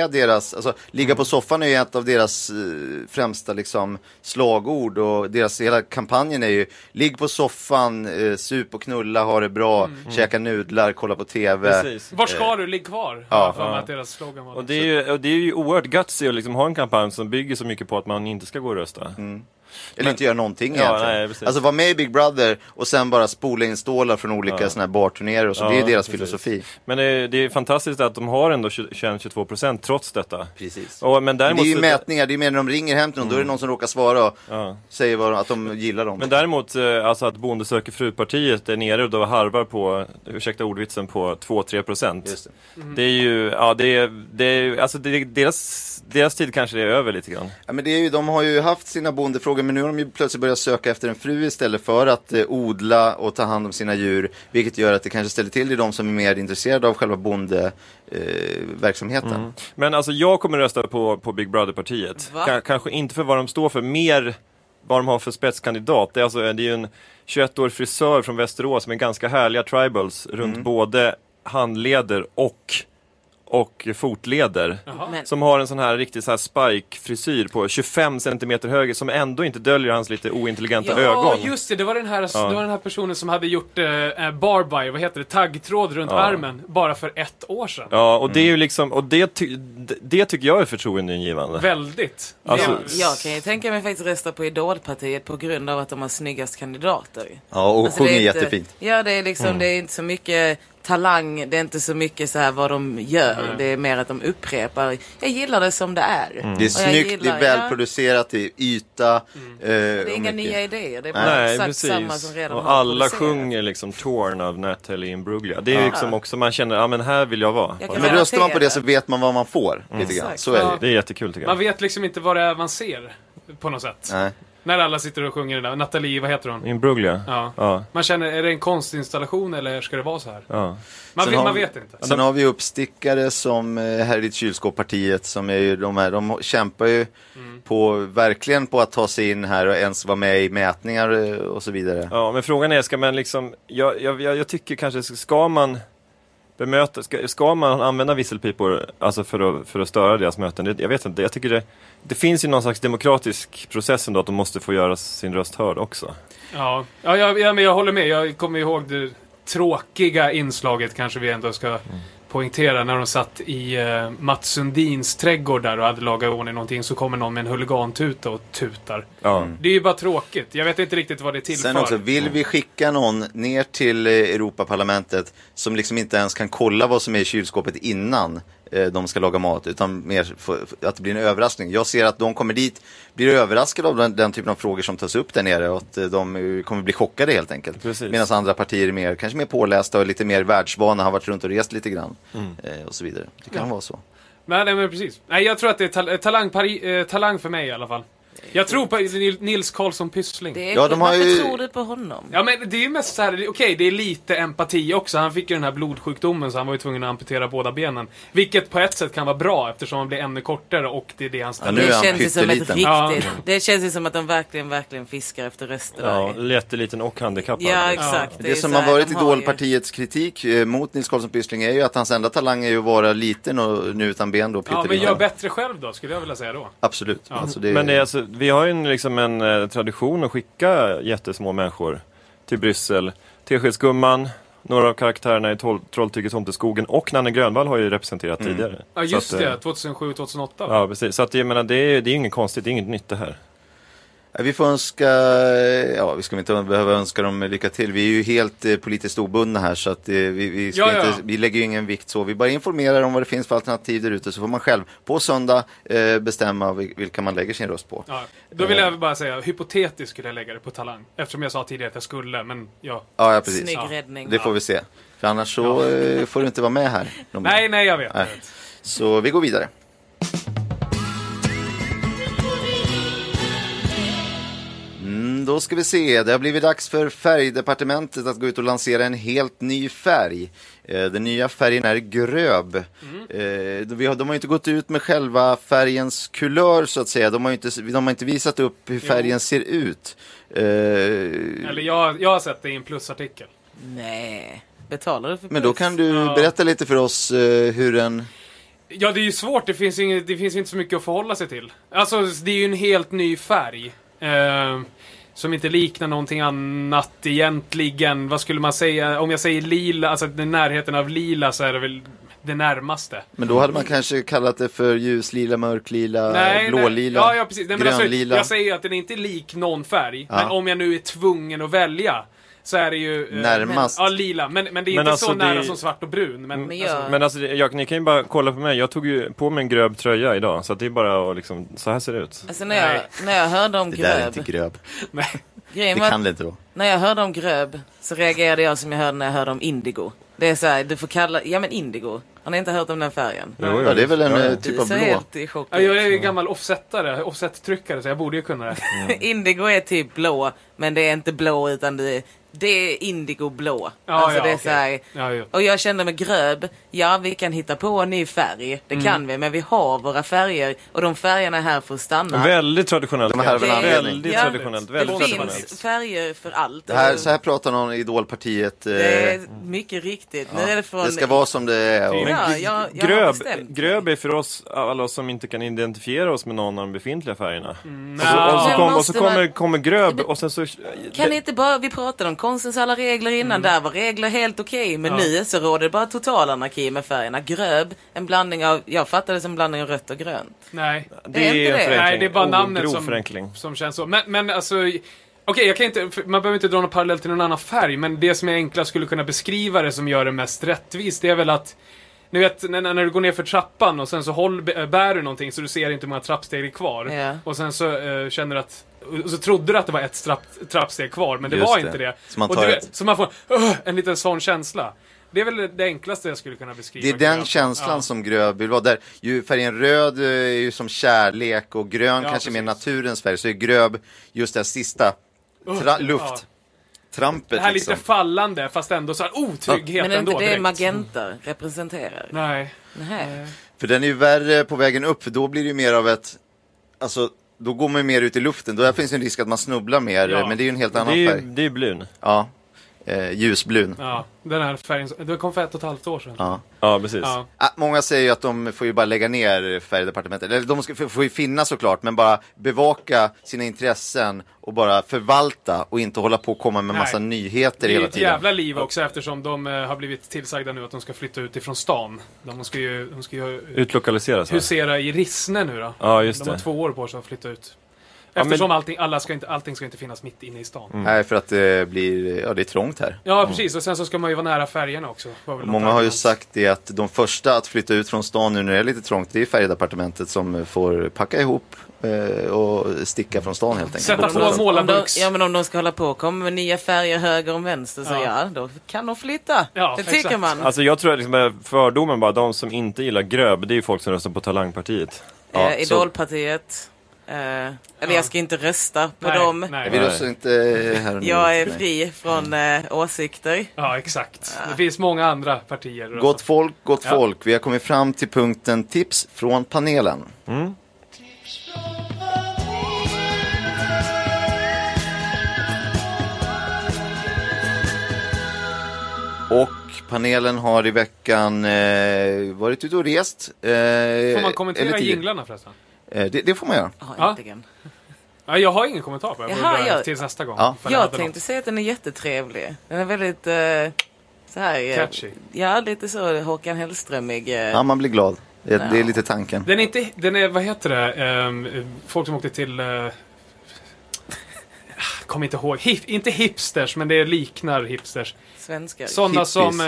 Speaker 1: är deras, alltså ligga
Speaker 3: Mm.
Speaker 1: på soffan är ju ett av deras eh, främsta liksom slagord och deras hela kampanjen är ju ligg på soffan, eh, sup och knulla, ha det bra, käka nudlar, kolla på TV.
Speaker 3: Mm. Precis.
Speaker 2: Var ska du? Ligg kvar.
Speaker 1: ja.
Speaker 2: Ja, för mig
Speaker 3: Ja.
Speaker 2: att deras slogan var.
Speaker 3: Och det, är ju, och det är ju oerhört gutsy att liksom ha en kampanj som bygger så mycket på att man inte ska gå och rösta.
Speaker 1: Mm. Eller inte göra någonting
Speaker 3: Ja,
Speaker 1: egentligen.
Speaker 3: nej, precis.
Speaker 1: alltså vara med i Big Brother och sen bara spola in stålar från olika såna här barturnéer och så.
Speaker 3: Ja,
Speaker 1: det är ju deras
Speaker 3: precis.
Speaker 1: filosofi.
Speaker 3: Men det är, det är fantastiskt att de har ändå 21-22 procent trots detta.
Speaker 1: Precis.
Speaker 3: Och, men
Speaker 1: Men
Speaker 3: däremot,
Speaker 1: det är ju
Speaker 3: så- Mm.
Speaker 1: mätningar, det är ju mer när de ringer hem till någon, då är det någon som råkar svara och
Speaker 3: Ja.
Speaker 1: säger vad, de- att de gillar dem.
Speaker 3: Men däremot, eh, alltså att Bonde söker fru-partiet är nere och då harvar på, ursäkta ordvitsen, på 2-3
Speaker 1: Just
Speaker 3: procent.
Speaker 1: det.
Speaker 3: Det är ju, ja det är, det är ju- alltså det, deras, deras tid kanske är över lite grann.
Speaker 1: Ja, men det är ju, de har ju haft sina bondefrågor men nu har de ju plötsligt börjat söka efter en fru istället för att eh, odla och ta hand om sina djur. Vilket gör att det kanske ställer till det i de som är mer intresserade av själva eh, bondeverksamheten.
Speaker 4: Mm.
Speaker 3: Men alltså jag kommer rösta på, på Big Brother-partiet.
Speaker 4: Va?
Speaker 3: Ka- kanske inte för vad de står för, mer vad de har för spetskandidat. Det är, alltså, det är ju en 21-årig frisör från Västerås med ganska härliga tribals runt både handleder och, och fotleder.
Speaker 2: Jaha.
Speaker 4: Men-
Speaker 3: Som har en sån här riktig så här spike-frisyr på 25 centimeter höger som ändå inte döljer hans lite ointelligenta
Speaker 4: Ja,
Speaker 2: Ja,
Speaker 3: ögon.
Speaker 2: just det. Det var, den här, det var den här personen som hade gjort eh, eh, barby, vad heter det, taggtråd runt armen, bara för ett år sedan.
Speaker 3: Ja, och det är ju liksom, och det, ty, det, det tycker jag är förtroendeingivande.
Speaker 2: Väldigt.
Speaker 3: Alltså-
Speaker 2: Det-
Speaker 4: Jag kan ju tänka mig faktiskt rösta på Idolpartiet på grund av att de har snyggast kandidater.
Speaker 1: Ja, och
Speaker 4: Alltså, det
Speaker 1: sjunger
Speaker 4: är inte- Mm.
Speaker 1: jättefint.
Speaker 4: Ja, det är liksom, det är inte så mycket talang, det är inte så mycket så här vad de gör.
Speaker 2: Nej.
Speaker 4: Det är mer att de upprepar. Jag gillar det som det är.
Speaker 1: Mm. Det är
Speaker 4: Och jag
Speaker 1: snyggt,
Speaker 4: gillar-
Speaker 1: det är
Speaker 4: ja. Mm.
Speaker 1: välproducerat, det är yta. eh,
Speaker 4: Det är
Speaker 1: och
Speaker 4: inga
Speaker 1: mycket.
Speaker 4: nya idéer, det är bara
Speaker 3: Nej,
Speaker 4: exakt
Speaker 3: precis.
Speaker 4: samma som redan
Speaker 3: och
Speaker 4: har
Speaker 3: alla
Speaker 4: producerats.
Speaker 3: sjunger liksom Torn av Natalie Imbruglia. Det är
Speaker 1: Ja.
Speaker 3: liksom också, man känner, ja men här vill jag vara.
Speaker 4: Jag kan
Speaker 1: Men röstar man på det
Speaker 4: relatera.
Speaker 1: så vet man vad man får. Lite grann.
Speaker 4: Mm. Exakt.
Speaker 1: Så är det
Speaker 2: Ja.
Speaker 1: ju.
Speaker 3: Det är jättekul tycker
Speaker 2: Man
Speaker 3: jag.
Speaker 2: vet liksom inte vad det är man ser. På något sätt.
Speaker 1: Nej.
Speaker 2: När alla sitter och sjunger det där. Nathalie, vad heter hon?
Speaker 3: Imbruglia?
Speaker 2: Ja.
Speaker 3: Ja.
Speaker 2: Man känner, är det en konstinstallation eller ska det vara så här?
Speaker 3: ja.
Speaker 2: Man,
Speaker 1: Sen
Speaker 2: vet,
Speaker 1: har
Speaker 2: man
Speaker 1: vi-
Speaker 2: vet inte.
Speaker 1: Sen har vi uppstickare som eh, här i ditt kylskåppartiet som är ju de här, de kämpar ju
Speaker 2: Mm.
Speaker 1: på, verkligen på att ta sig in här och ens vara med i mätningar eh, och så vidare.
Speaker 3: Ja, men frågan är, ska man liksom, jag, jag, jag, jag tycker kanske, ska man bemöta, ska, ska man använda visselpipor alltså för, att, för att störa deras möten? Det, jag vet inte, jag tycker det, det finns ju någon slags demokratisk process ändå att de måste få göra sin röst hörd också.
Speaker 2: Ja, ja, ja, ja men jag håller med. Jag kommer ihåg det tråkiga inslaget kanske vi ändå ska poängtera. När de satt i eh, Mats Sundins trädgård där och hade lagat i ordning någonting så kommer någon med en huligantuta och tutar.
Speaker 3: Ja.
Speaker 4: Mm.
Speaker 2: Det är ju bara tråkigt. Jag vet inte riktigt vad det tillför.
Speaker 1: Sen också, vill vi skicka någon ner till eh, Europaparlamentet som liksom inte ens kan kolla vad som är i kylskåpet innan eh, de ska laga mat, utan mer för, för att det blir en överraskning. Jag ser att de kommer dit, blir överraskade av den, den typen av frågor som tas upp där nere och att eh, de eh, kommer bli chockade helt enkelt.
Speaker 3: Precis.
Speaker 1: Medan andra partier är mer, kanske mer pålästa och lite mer världsvana, har varit runt och rest lite grann
Speaker 2: Mm.
Speaker 1: eh, och så vidare. Det kan vara så.
Speaker 2: Nej, nej, men precis. Nej, jag tror att det är tal- eh, talang, pari- eh, talang för mig i alla fall. Jag tror på Nil- Nils Karlsson Pyssling.
Speaker 4: Det är
Speaker 1: Ja, de har
Speaker 4: Varför
Speaker 1: ju-
Speaker 4: tror du på honom?
Speaker 2: Ja, men det är ju mest så här, okej, det är lite empati också. Han fick ju den här blodsjukdomen så han var ju tvungen att amputera båda benen. Vilket på ett sätt kan vara bra eftersom han blir ännu kortare och det är det han ställer.
Speaker 1: Ja, nu är
Speaker 4: det
Speaker 1: han
Speaker 4: känns ju som ett
Speaker 1: pytteliten.
Speaker 4: riktigt...
Speaker 2: Ja.
Speaker 4: Det känns ju som att de verkligen, verkligen fiskar efter röster.
Speaker 3: Ja,
Speaker 4: där.
Speaker 3: jätteliten och handikappad.
Speaker 4: ja exakt.
Speaker 1: Det,
Speaker 4: är
Speaker 1: som
Speaker 4: så
Speaker 1: har
Speaker 4: här,
Speaker 1: varit
Speaker 4: de ju-
Speaker 1: Idolpartiets kritik eh, mot Nils Karlsson Pyssling är ju att hans enda talang är ju att vara liten och nu utan ben då,
Speaker 2: Ja, men
Speaker 1: pytteliten.
Speaker 2: gör bättre själv då, skulle jag vilja säga då.
Speaker 1: Absolut. Alltså det,
Speaker 3: Men det är alltså, vi har ju en, liksom en eh, tradition att skicka jättesmå människor till Bryssel. Teskedsgumman, några av karaktärerna i Troll- Trolltyget Tomteskogen och Nanne Grönvall har ju representerat
Speaker 1: Mm.
Speaker 3: tidigare.
Speaker 2: Ja, just
Speaker 3: Så att, eh,
Speaker 2: det. 2007, 2008. va?
Speaker 3: Ja, precis. Så att, jag menar, det är, det är ju inget konstigt, det är inget nytt det här.
Speaker 1: Ja, Vi får önska, ja vi ska inte behöva önska dem lycka till. Vi är ju helt eh, politiskt obundna här så att eh, vi, vi, ska
Speaker 2: Ja, ja.
Speaker 1: Inte, vi lägger ju ingen vikt så. Vi bara informerar om vad det finns för alternativ där ute så får man själv på söndag eh, bestämma vil- vilka man lägger sin röst på.
Speaker 2: Ja, då
Speaker 3: Eh.
Speaker 2: vill jag bara säga, hypotetiskt skulle jag lägga det på talang. Eftersom jag sa tidigare att jag skulle, men ja.
Speaker 1: Ja, ja precis.
Speaker 4: Snygg
Speaker 2: Ja.
Speaker 4: räddning.
Speaker 1: Det får vi se. För annars så eh, får du inte vara med här. någon gång.
Speaker 2: Nej, nej, jag vet.
Speaker 1: Nej. Så vi går vidare. Mm, då ska vi se, det har blivit dags för färgdepartementet att gå ut och lansera en helt ny färg. Eh, den nya färgen är gröb. Eh, de, vi har, de har ju inte gått ut med själva färgens kulör så att säga. De har ju inte, de har inte visat upp hur färgen ser ut. Eh,
Speaker 2: Eller jag, jag har sett det i en plusartikel.
Speaker 4: Nej. Betalar du för
Speaker 1: men då
Speaker 4: puss?
Speaker 1: kan du berätta lite för oss eh, hur den...
Speaker 2: Ja, det är ju svårt. Det finns, inget, det finns inte så mycket att förhålla sig till. Alltså, det är ju en helt ny färg. Eh, som inte liknar någonting annat egentligen. Vad skulle man säga? Om jag säger lila, alltså den närheten av lila så är det väl det närmaste.
Speaker 1: Men då hade man kanske kallat det för ljuslila, mörklila, blålila,
Speaker 2: Ja, ja, precis. Nej, men alltså,
Speaker 1: grönlila.
Speaker 2: jag säger ju att den inte är lik någon färg,
Speaker 1: Ja.
Speaker 2: men om jag nu är tvungen att välja så är det ju... eh,
Speaker 1: Närmast.
Speaker 2: Men, ja, lila. Men, men det är
Speaker 3: Men
Speaker 2: inte
Speaker 3: alltså,
Speaker 2: så
Speaker 3: det-
Speaker 2: nära som svart och brun. Men,
Speaker 4: Men
Speaker 2: alltså,
Speaker 4: jag...
Speaker 3: Men alltså, jag, ni kan ju bara kolla på mig. Jag tog ju på mig en gröb tröja idag, så att det är bara att liksom, så här ser det ut.
Speaker 4: Alltså när jag,
Speaker 2: Nej.
Speaker 4: när jag hörde om
Speaker 1: Det där är
Speaker 4: gröb,
Speaker 1: inte gröb.
Speaker 2: <laughs> nej.
Speaker 4: grejen
Speaker 1: Det
Speaker 4: var att
Speaker 1: kan det inte vara.
Speaker 4: när jag hörde om gröb så reagerade jag som jag hörde när jag hörde om indigo. Det är såhär, du får kalla, ja men indigo. Har ni inte hört om den färgen?
Speaker 3: Jo, jo,
Speaker 1: Ja, det är väl en
Speaker 3: ja, ja.
Speaker 1: eh, typ
Speaker 4: du
Speaker 1: av
Speaker 4: ser
Speaker 1: blå.
Speaker 4: helt i chock
Speaker 2: Ja, jag är ju gammal offsetare, offsettryckare, så jag borde ju kunna det.
Speaker 4: ut. <laughs> Indigo är typ blå, men det är inte blå utan det är, det är indigo blå.
Speaker 2: Ja,
Speaker 4: alltså
Speaker 2: ja,
Speaker 4: det är
Speaker 2: okej.
Speaker 4: såhär,
Speaker 2: Ja, ja.
Speaker 4: och jag kände med gröb, ja vi kan hitta på en ny färg, det
Speaker 1: Mm.
Speaker 4: kan vi, men vi har våra färger och de färgerna är här för att stanna.
Speaker 3: Väldigt traditionellt.
Speaker 1: De här har väl
Speaker 4: en anledning.
Speaker 3: väldigt
Speaker 4: Ja.
Speaker 3: traditionellt. Väldigt
Speaker 4: det
Speaker 3: traditionellt.
Speaker 4: finns färger för allt.
Speaker 1: Det här, så här pratar någon i Idolpartiet. Eh,
Speaker 4: Det är mycket riktigt. Nu är det från...
Speaker 1: det ska vara som det är. Och,
Speaker 2: Typ.
Speaker 4: Ja, jag, jag har
Speaker 3: Gröb,
Speaker 4: bestämt.
Speaker 3: gröb är för oss, alla oss som inte kan identifiera oss med någon av de befintliga färgerna. Och,
Speaker 2: Ja.
Speaker 3: så, och, så
Speaker 4: Men
Speaker 3: kom, och så
Speaker 4: måste
Speaker 3: kommer,
Speaker 4: man-
Speaker 3: kommer gröb och sen så...
Speaker 4: Kan ni inte bara, vi pratade om konstens alla regler innan, där var regler helt okej, men nu så råder det bara total anarki med färgerna. Gröb, en blandning av, jag fattade det som en blandning av rött och grönt.
Speaker 2: Nej.
Speaker 3: Det
Speaker 4: det är
Speaker 3: är
Speaker 4: inte
Speaker 3: en
Speaker 4: det.
Speaker 3: förenkling.
Speaker 2: Nej, det är bara
Speaker 3: Oh,
Speaker 2: namnet
Speaker 3: grov
Speaker 2: som,
Speaker 3: förenkling.
Speaker 2: som känns så. Men, men alltså, Okej, jag kan inte, för man behöver inte dra någon parallell till någon annan färg, men det som jag enklast skulle kunna beskriva det som gör det mest rättvist, det är väl att ni vet, när, när du går ner för trappan och sen så håll, eh, bär du någonting så du ser inte hur många trappsteg det är kvar.
Speaker 4: Ja.
Speaker 2: Och sen så eh, känner du att och så trodde du att det var ett trapp, trappsteg kvar, men det
Speaker 1: Just
Speaker 2: var
Speaker 1: det.
Speaker 2: inte det.
Speaker 1: Så man
Speaker 2: och
Speaker 1: tar
Speaker 2: du,
Speaker 1: ett-
Speaker 2: vet, så man får "Ugh", en liten sån känsla. Det är väl det enklaste jag skulle kunna beskriva.
Speaker 1: Det är den
Speaker 2: Grön.
Speaker 1: känslan
Speaker 2: Ja.
Speaker 1: som grön vill vara. Där ju färgen röd eh, är ju som kärlek och grön
Speaker 2: Ja,
Speaker 1: kanske mer
Speaker 2: precis.
Speaker 1: naturens färg. Så är gröb just det här sista tra- luft.
Speaker 2: ja. Det
Speaker 1: Trampet
Speaker 2: här
Speaker 1: liksom.
Speaker 2: lite fallande, fast ändå så här, oh, trygghet
Speaker 4: Men är det
Speaker 2: ändå
Speaker 4: inte det
Speaker 2: direkt. Mm.
Speaker 4: magenter representerar?
Speaker 2: Nej.
Speaker 4: Nej.
Speaker 1: För den är ju värre på vägen upp, för då blir det ju mer av ett... Alltså, då går man ju mer ut i luften. Då här finns ju en risk att man snubblar mer,
Speaker 2: Ja.
Speaker 1: eh, men det är ju en helt
Speaker 3: Det
Speaker 1: annan
Speaker 3: är, ju-
Speaker 1: färg.
Speaker 3: det är ju blun.
Speaker 1: Ja. Eh, ljusbrun. Ja.
Speaker 2: Ja, den här färgen. som- Det kom för ett och ett halvt år sedan.
Speaker 3: Ja, precis.
Speaker 2: Ja.
Speaker 1: Ah, många säger ju att de får ju bara lägga ner färgdepartementet. Eller de ska, f- får ju finnas såklart, men bara bevaka sina intressen och bara förvalta och inte hålla på och komma med
Speaker 2: Nej.
Speaker 1: massa nyheter
Speaker 2: Det är ju
Speaker 1: hela
Speaker 2: ett
Speaker 1: tiden.
Speaker 2: jävla liv också eftersom de eh, har blivit tillsagda nu att de ska flytta ut ifrån stan. De ska ju, de ska ju eh,
Speaker 3: Utlokaliseras. va?
Speaker 2: husera i Rissne nu då.
Speaker 3: Ja, just
Speaker 2: de har
Speaker 3: det.
Speaker 2: två år på sig att flytta ut.
Speaker 3: men-
Speaker 2: Eftersom allting, alla ska inte, allting ska inte finnas mitt inne i stan.
Speaker 1: Nej, för att det blir, ja det är trångt här.
Speaker 2: Ja, precis. Och sen så ska man ju vara nära färgerna också. Var väl något
Speaker 1: Mm. Många har ju
Speaker 2: annat.
Speaker 1: sagt det att de första att flytta ut från stan nu när det är lite trångt, det är färgdepartementet som får packa ihop eh, och sticka från stan helt enkelt.
Speaker 2: Sätta på
Speaker 1: Bokstavligt.
Speaker 4: Om de,
Speaker 2: målarburks...
Speaker 4: ja men om de ska hålla på och komma med nya färger höger och vänster så
Speaker 2: Ja.
Speaker 4: ja, då kan de flytta.
Speaker 2: Ja,
Speaker 4: det
Speaker 2: exakt.
Speaker 4: tycker man.
Speaker 3: Alltså jag tror att liksom fördomen bara, de som inte gillar gröb, det är ju folk som röstar på Talangpartiet.
Speaker 1: ja,
Speaker 4: eh,
Speaker 1: så-
Speaker 4: Idolpartiet. Eh, eller jag ska inte rösta på
Speaker 2: nej,
Speaker 4: dem.
Speaker 1: Jag
Speaker 2: Nej.
Speaker 1: vill också inte eh, här och nu.
Speaker 4: Jag är
Speaker 1: Nej.
Speaker 4: fri från eh, åsikter.
Speaker 2: Ja, exakt.
Speaker 4: Ah.
Speaker 2: Det finns många andra partier.
Speaker 1: Gott folk, gott
Speaker 2: Ja.
Speaker 1: folk. Vi har kommit fram till punkten tips från panelen. Och panelen har i veckan eh, varit ute och rest. Eh,
Speaker 2: Får
Speaker 1: Får
Speaker 2: man kommentera jinglarna förresten?
Speaker 1: Eh, det, det får man göra.
Speaker 2: Ja.
Speaker 4: Ja, äntligen.
Speaker 2: Ja, jag har ingen kommentar på det. Jag får
Speaker 4: Jaha,
Speaker 2: dra
Speaker 4: jag-
Speaker 2: Tills nästa gång.
Speaker 1: Ja.
Speaker 2: ifall det
Speaker 4: Jag
Speaker 2: händer
Speaker 4: tänkte säga att den är jättetrevlig. Den är väldigt eh, så här... eh,
Speaker 2: Catchy.
Speaker 4: Ja, lite så Håkan Hellströmig. Eh,
Speaker 1: Ja, man blir glad. Det, det är
Speaker 4: Ja.
Speaker 1: lite tanken.
Speaker 2: Den är inte, den är, vad heter det, Ehm, eh, folk som åkte till... Uh, kom inte ihåg, Hip, inte hipsters, men det liknar hipsters.
Speaker 4: svenskar.
Speaker 2: Sådana
Speaker 1: Hippies.
Speaker 2: som eh,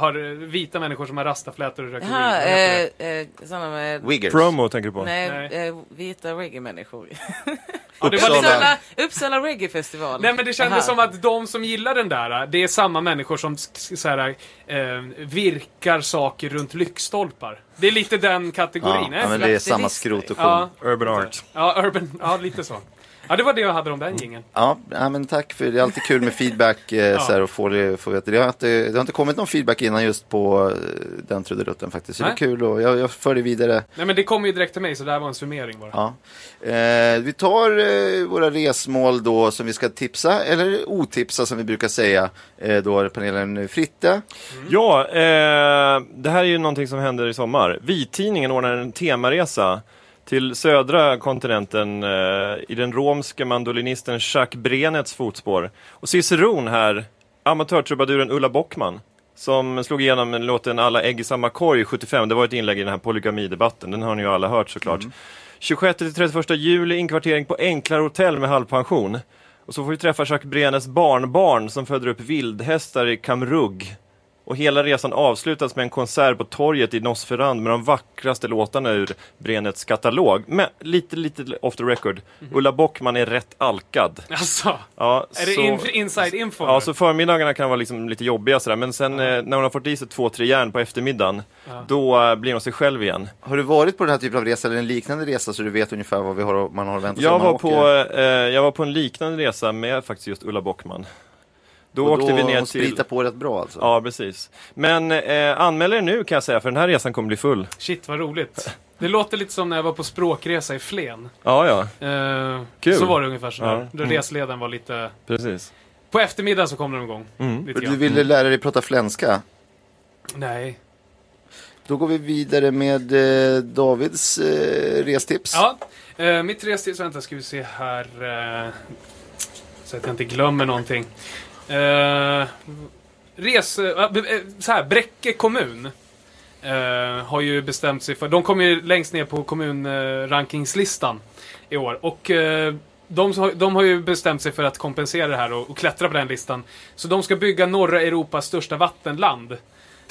Speaker 2: har vita människor som har rastaflätor och röker weed. Vad
Speaker 4: Jaha,
Speaker 2: heter det?
Speaker 4: eh, eh, sådana med...
Speaker 1: Wiggers.
Speaker 3: Promo tänker du på?
Speaker 4: Nej,
Speaker 2: Nej.
Speaker 4: eh, vita reggae-människor.
Speaker 2: Ja, det var
Speaker 1: Uppsala.
Speaker 2: lite-
Speaker 4: Uppsala, Uppsala Reggae-festival.
Speaker 2: Nej men det kändes
Speaker 4: Aha.
Speaker 2: som att de som gillar den där, eh, det är samma människor som s- s- så här, eh, virkar saker runt lyktstolpar. Det är lite den
Speaker 1: Ja,
Speaker 2: kategorin.
Speaker 1: ja, men det är
Speaker 2: eh?
Speaker 4: Slaktilister.
Speaker 1: samma skrot och korn.
Speaker 2: ja,
Speaker 1: Ja.
Speaker 3: Urban Art.
Speaker 2: ja, urban, ja lite så. Ja, det var det jag hade om den gingen.
Speaker 1: Ja, men tack för det. är alltid kul med feedback. Eh,
Speaker 3: <laughs>
Speaker 1: så här, och få det, få veta. Det, har inte, det har inte kommit någon feedback innan just på eh, den trudelutten faktiskt. Så det är
Speaker 2: Nej.
Speaker 1: kul och jag, jag för det vidare.
Speaker 2: Nej men det kom ju direkt till mig så det här var en summering bara.
Speaker 1: Ja. Eh, vi tar eh, våra resmål då som vi ska tipsa, eller otipsa som vi brukar säga. Eh, då är panelen Fritte.
Speaker 3: Ja, eh, det här är ju någonting som händer i sommar. Vi-tidningen ordnar en temaresa till södra kontinenten eh, i den romske mandolinisten Jacques Brenets fotspår. Och ciceron här, amatörtrubaduren Ulla Bockman, som slog igenom med låten Alla ägg i samma korg 75. Det var ett inlägg i den här polygamidebatten, den har ni ju alla hört såklart. 26-31 juli, inkvartering på enklare hotell med halvpension. Och så får vi träffa Jacques Brenets barnbarn som föder upp vildhästar i Kamrugg. Och hela resan avslutas med en konsert på torget i Nosferand med de vackraste låtarna ur Brenets katalog. Men lite, lite off the record. Ulla Bockman är rätt alkad.
Speaker 2: Alltså,
Speaker 3: Ja,
Speaker 2: är det
Speaker 3: så-
Speaker 2: inf- inside info?
Speaker 3: Ja, så förmiddagarna kan vara liksom lite jobbiga sådär. Men sen eh, när hon har fått i sig två, tre järn på eftermiddagen, då eh, blir hon sig själv igen.
Speaker 1: Har du varit på den här typen av resa eller en liknande resa så du vet ungefär vad vi har, man har att vänta sig
Speaker 3: Jag
Speaker 1: om man
Speaker 3: var, på,
Speaker 1: åker?
Speaker 3: eh, jag var på en liknande resa med faktiskt just Ulla Bockman. Då
Speaker 1: Och
Speaker 3: åkte vi ner
Speaker 1: hon
Speaker 3: till...
Speaker 1: spritar på rätt bra alltså.
Speaker 3: Ja, precis. Men eh, anmäl er nu kan jag säga, för den här resan kommer bli full.
Speaker 2: Shit vad roligt. Det låter lite som när jag var på språkresa i Flen.
Speaker 3: Ja, ja,
Speaker 2: Eh,
Speaker 3: Kul.
Speaker 2: Så var det ungefär sådär.
Speaker 3: Ja. Mm.
Speaker 2: Där resledaren var lite...
Speaker 3: precis.
Speaker 2: På eftermiddagen så kom den igång.
Speaker 3: Mm.
Speaker 2: Lite
Speaker 1: Och
Speaker 2: grann.
Speaker 1: du ville lära dig prata fländska.
Speaker 2: Nej.
Speaker 1: Då går vi vidare med eh, Davids eh, restips.
Speaker 2: Ja, eh, mitt restips, vänta ska vi se här. Eh, så att jag inte glömmer någonting. Eh, res... Eh, b- eh, så här, Bräcke kommun. Eh, har ju bestämt sig för... De kom ju längst ner på kommunrankingslistan eh, rankingslistan i år. Och eh, de, som har- de har ju bestämt sig för att kompensera det här och, och klättra på den listan. Så de ska bygga norra Europas största vattenland.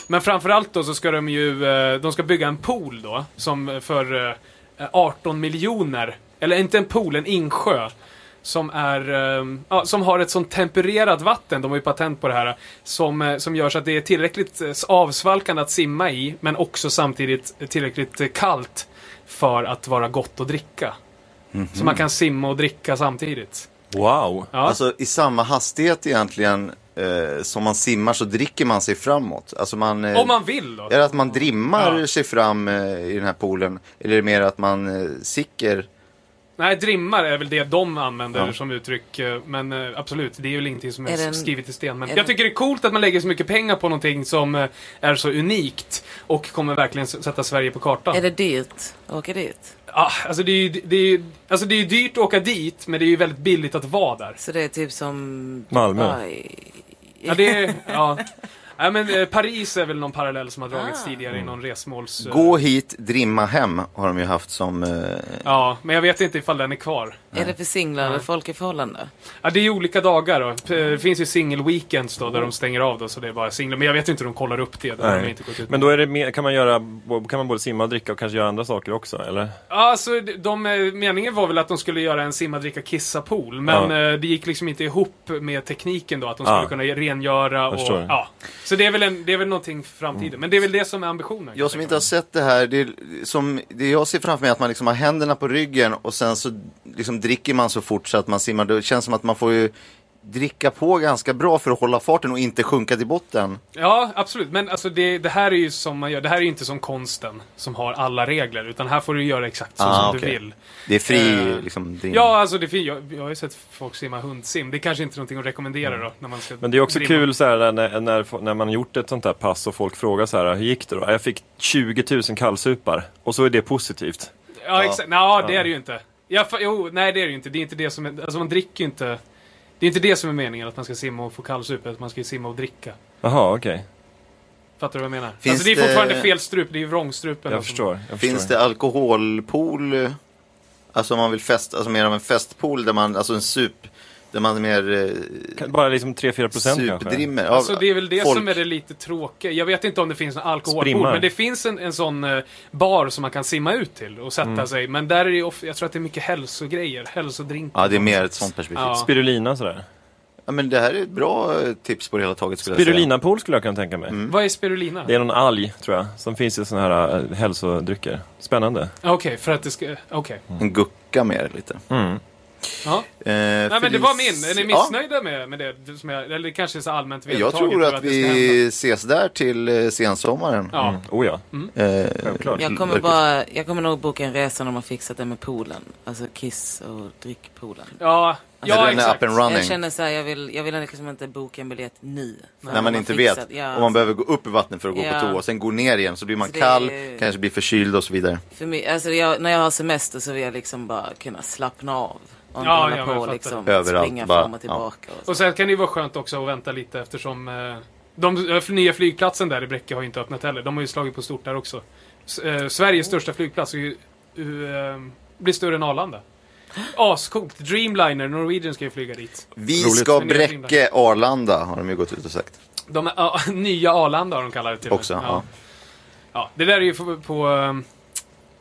Speaker 2: Men framförallt då så ska de ju, eh, de ska bygga en pool då, som eh, för eh, 18 miljoner. Eller inte en pool, en insjö. Som är, eh, ja, som har ett sånt tempererat vatten, de har ju patent på det här. Som, eh, som gör så att det är tillräckligt eh, avsvalkande att simma i, men också samtidigt tillräckligt eh, kallt. För att vara gott att dricka. Så man kan simma och dricka samtidigt.
Speaker 3: Wow!
Speaker 2: Ja.
Speaker 1: Alltså i samma hastighet egentligen eh, som man simmar så dricker man sig framåt. Alltså man... eh,
Speaker 2: Om man vill då.
Speaker 1: Är det att man drimmar
Speaker 2: Ja.
Speaker 1: sig fram eh, i den här poolen? Eller är det mer att man eh, sicker?
Speaker 2: Nej, drimmar är väl det de använder
Speaker 1: Ja.
Speaker 2: som uttryck. eh, Men eh, absolut, det är ju ingenting som är,
Speaker 4: Är det en-
Speaker 2: skrivet i sten. Men
Speaker 4: är
Speaker 2: jag
Speaker 4: det-
Speaker 2: tycker det är coolt att man lägger så mycket pengar på någonting som eh, är så unikt. Och kommer verkligen s- sätta Sverige på kartan.
Speaker 4: Är det dyrt att åka dit?
Speaker 2: Ah, alltså, det är ju, det är ju, alltså det är ju dyrt att åka dit, men det är ju väldigt billigt att vara där.
Speaker 4: Så det är typ som...
Speaker 3: Malmö.
Speaker 4: Aj.
Speaker 2: Ja, det
Speaker 4: <laughs>
Speaker 2: är... Ja. Nej, men eh, Paris är väl någon parallell som har dragits
Speaker 4: Ah.
Speaker 2: tidigare i någon resmåls... eh,
Speaker 1: Gå hit, drimma hem har de ju haft som... Eh,
Speaker 2: Ja, men jag vet inte ifall den är kvar.
Speaker 4: Är det för singlar eller folk i förhållande?
Speaker 2: Ja, det är ju olika dagar då. P- Det finns ju single weekends då, där de stänger av då, så det är bara singlar. Men jag vet inte hur de kollar upp det. det har de
Speaker 3: Nej.
Speaker 2: inte gått ut.
Speaker 3: Men då är det mer, kan, man göra, bo- kan man både simma och dricka och kanske göra andra saker också, eller?
Speaker 2: Ja, Alltså, de, de, eh, meningen var väl att de skulle göra en simma, dricka, kissa pool. Men eh, det gick liksom inte ihop med tekniken då, att de skulle
Speaker 3: Ah.
Speaker 2: kunna rengöra och...
Speaker 3: förstår. Mm.
Speaker 2: Ja. Så det är väl, en, det är väl någonting för framtiden. Men det är väl det som är ambitionen.
Speaker 1: jag som inte har sett det här, det, är som, det jag ser framför mig är att man liksom har händerna på ryggen och sen så liksom dricker man så fort så att man simmar. Det känns som att man får ju dricka på ganska bra för att hålla farten och inte sjunka till botten.
Speaker 2: Ja, absolut. Men alltså det, det här är ju som man gör. Det här är ju inte som konsten, som har alla regler. Utan här får du göra exakt så
Speaker 1: Ah,
Speaker 2: som du
Speaker 1: okej.
Speaker 2: vill.
Speaker 1: Det är fri
Speaker 2: Eh,
Speaker 1: liksom drim.
Speaker 2: Ja, alltså det fin- jag, jag har ju sett folk simma hundsim. Det är kanske inte är någonting att rekommendera då. När man ska
Speaker 3: Men det är också
Speaker 2: trimma.
Speaker 3: kul så här, när, när, när man gjort ett sånt här pass och folk frågar så här, hur gick det då? Jag fick 20 000 kallsupar och så är det positivt.
Speaker 2: Ja, exakt. Nej, det är det ju inte. Ja, fa- jo, nej, det är det ju inte. Det är inte det som är, Alltså man dricker ju inte... Det är inte det som är meningen, att man ska simma och få kallsup. Att man ska ju simma och dricka.
Speaker 3: Jaha, okej.
Speaker 2: Fattar du vad jag menar?
Speaker 1: Finns
Speaker 2: alltså det är
Speaker 1: det-
Speaker 2: fortfarande fel strup. Det är ju vrångstrupen.
Speaker 3: Jag
Speaker 2: alltså.
Speaker 3: förstår. Jag
Speaker 1: Finns
Speaker 3: förstår.
Speaker 1: det alkoholpool? eh, Alltså om man vill festa, alltså mer av en festpool där man, alltså en sup, där man mer eh,
Speaker 3: Kan- Bara liksom 3-4 procent kanske?
Speaker 1: superdrimmer.
Speaker 2: Alltså det är väl det
Speaker 1: folk.
Speaker 2: som är det lite tråkiga. Jag vet inte om det finns en alkoholpool,
Speaker 3: Sprimmar.
Speaker 2: men det finns en, en sån eh, bar som man kan simma ut till och sätta sig. Men där är det ju of- jag tror att det är mycket hälsogrejer, hälsodrinkar.
Speaker 1: Ja, det är mer ett sånt perspektiv.
Speaker 2: Ja.
Speaker 1: Ja.
Speaker 3: Spirulina sådär.
Speaker 1: men det här är ett bra eh, tips på det hela taget skulle jag Mm.
Speaker 3: Spirulinapool skulle jag kunna tänka mig.
Speaker 2: Vad är spirulina?
Speaker 3: Det är någon alg, tror jag, som finns i såna här eh, hälsodrycker. Spännande.
Speaker 2: Okej, för att det ska... Okej.
Speaker 1: säga. En gucka mer lite.
Speaker 2: Ja.
Speaker 1: Eh,
Speaker 2: Nej men det
Speaker 1: Felice-
Speaker 2: var min. Är ni
Speaker 1: Ja,
Speaker 2: missnöjda med, med det? Som jag, eller det kanske är så allmänt
Speaker 1: jag
Speaker 2: vedertaget
Speaker 1: tror
Speaker 2: nu
Speaker 1: att
Speaker 2: det ska hända.
Speaker 1: vi Mm. ses där till eh, sensommaren.
Speaker 2: Ja.
Speaker 3: Oh ja,
Speaker 2: Mm.
Speaker 1: Eh,
Speaker 3: självklart.
Speaker 4: Jag kommer, bara, jag kommer nog boka en resa när man fixat det med poolen. Alltså kiss och drickpoolen.
Speaker 2: Ja,
Speaker 1: när
Speaker 2: ja
Speaker 1: den är
Speaker 2: exakt.
Speaker 1: up and running.
Speaker 4: Jag känner så här, jag vill, jag vill liksom inte boka en biljett nu.
Speaker 1: När man inte vet om man behöver gå upp i vattnet för att gå
Speaker 4: Ja.
Speaker 1: på toa, sen gå ner igen så blir man
Speaker 4: Så det är-
Speaker 1: kall, kanske blir förkyld och så vidare.
Speaker 4: För mig, alltså jag, när jag har semester så vill jag liksom bara kunna slappna av. Och inte
Speaker 2: Ja,
Speaker 4: hålla
Speaker 2: ja, men
Speaker 4: på
Speaker 2: jag
Speaker 4: och
Speaker 2: fattar.
Speaker 4: liksom
Speaker 1: Överallt,
Speaker 4: springa
Speaker 1: bara,
Speaker 4: fram och tillbaka. Och så.
Speaker 2: Och sen kan det ju vara skönt också att vänta lite eftersom eh, de eh, nya flygplatsen där i Bräcke har ju inte öppnat heller. De har ju slagit på stort där också. S eh, Sveriges största flygplats är ju, eh, blir större
Speaker 1: <gasps>
Speaker 2: än Arlanda. Ascoolt! Dreamliner, Norwegian ska ju flyga dit.
Speaker 1: Vi
Speaker 3: Roligt.
Speaker 1: ska
Speaker 2: Men det är
Speaker 1: bräcke Arlanda har de ju gått ut och sagt.
Speaker 2: De är, ja, <laughs> nya Arlanda har de kallat det till och med.
Speaker 1: Också, ja.
Speaker 2: Ja, Det där är ju på, på eh,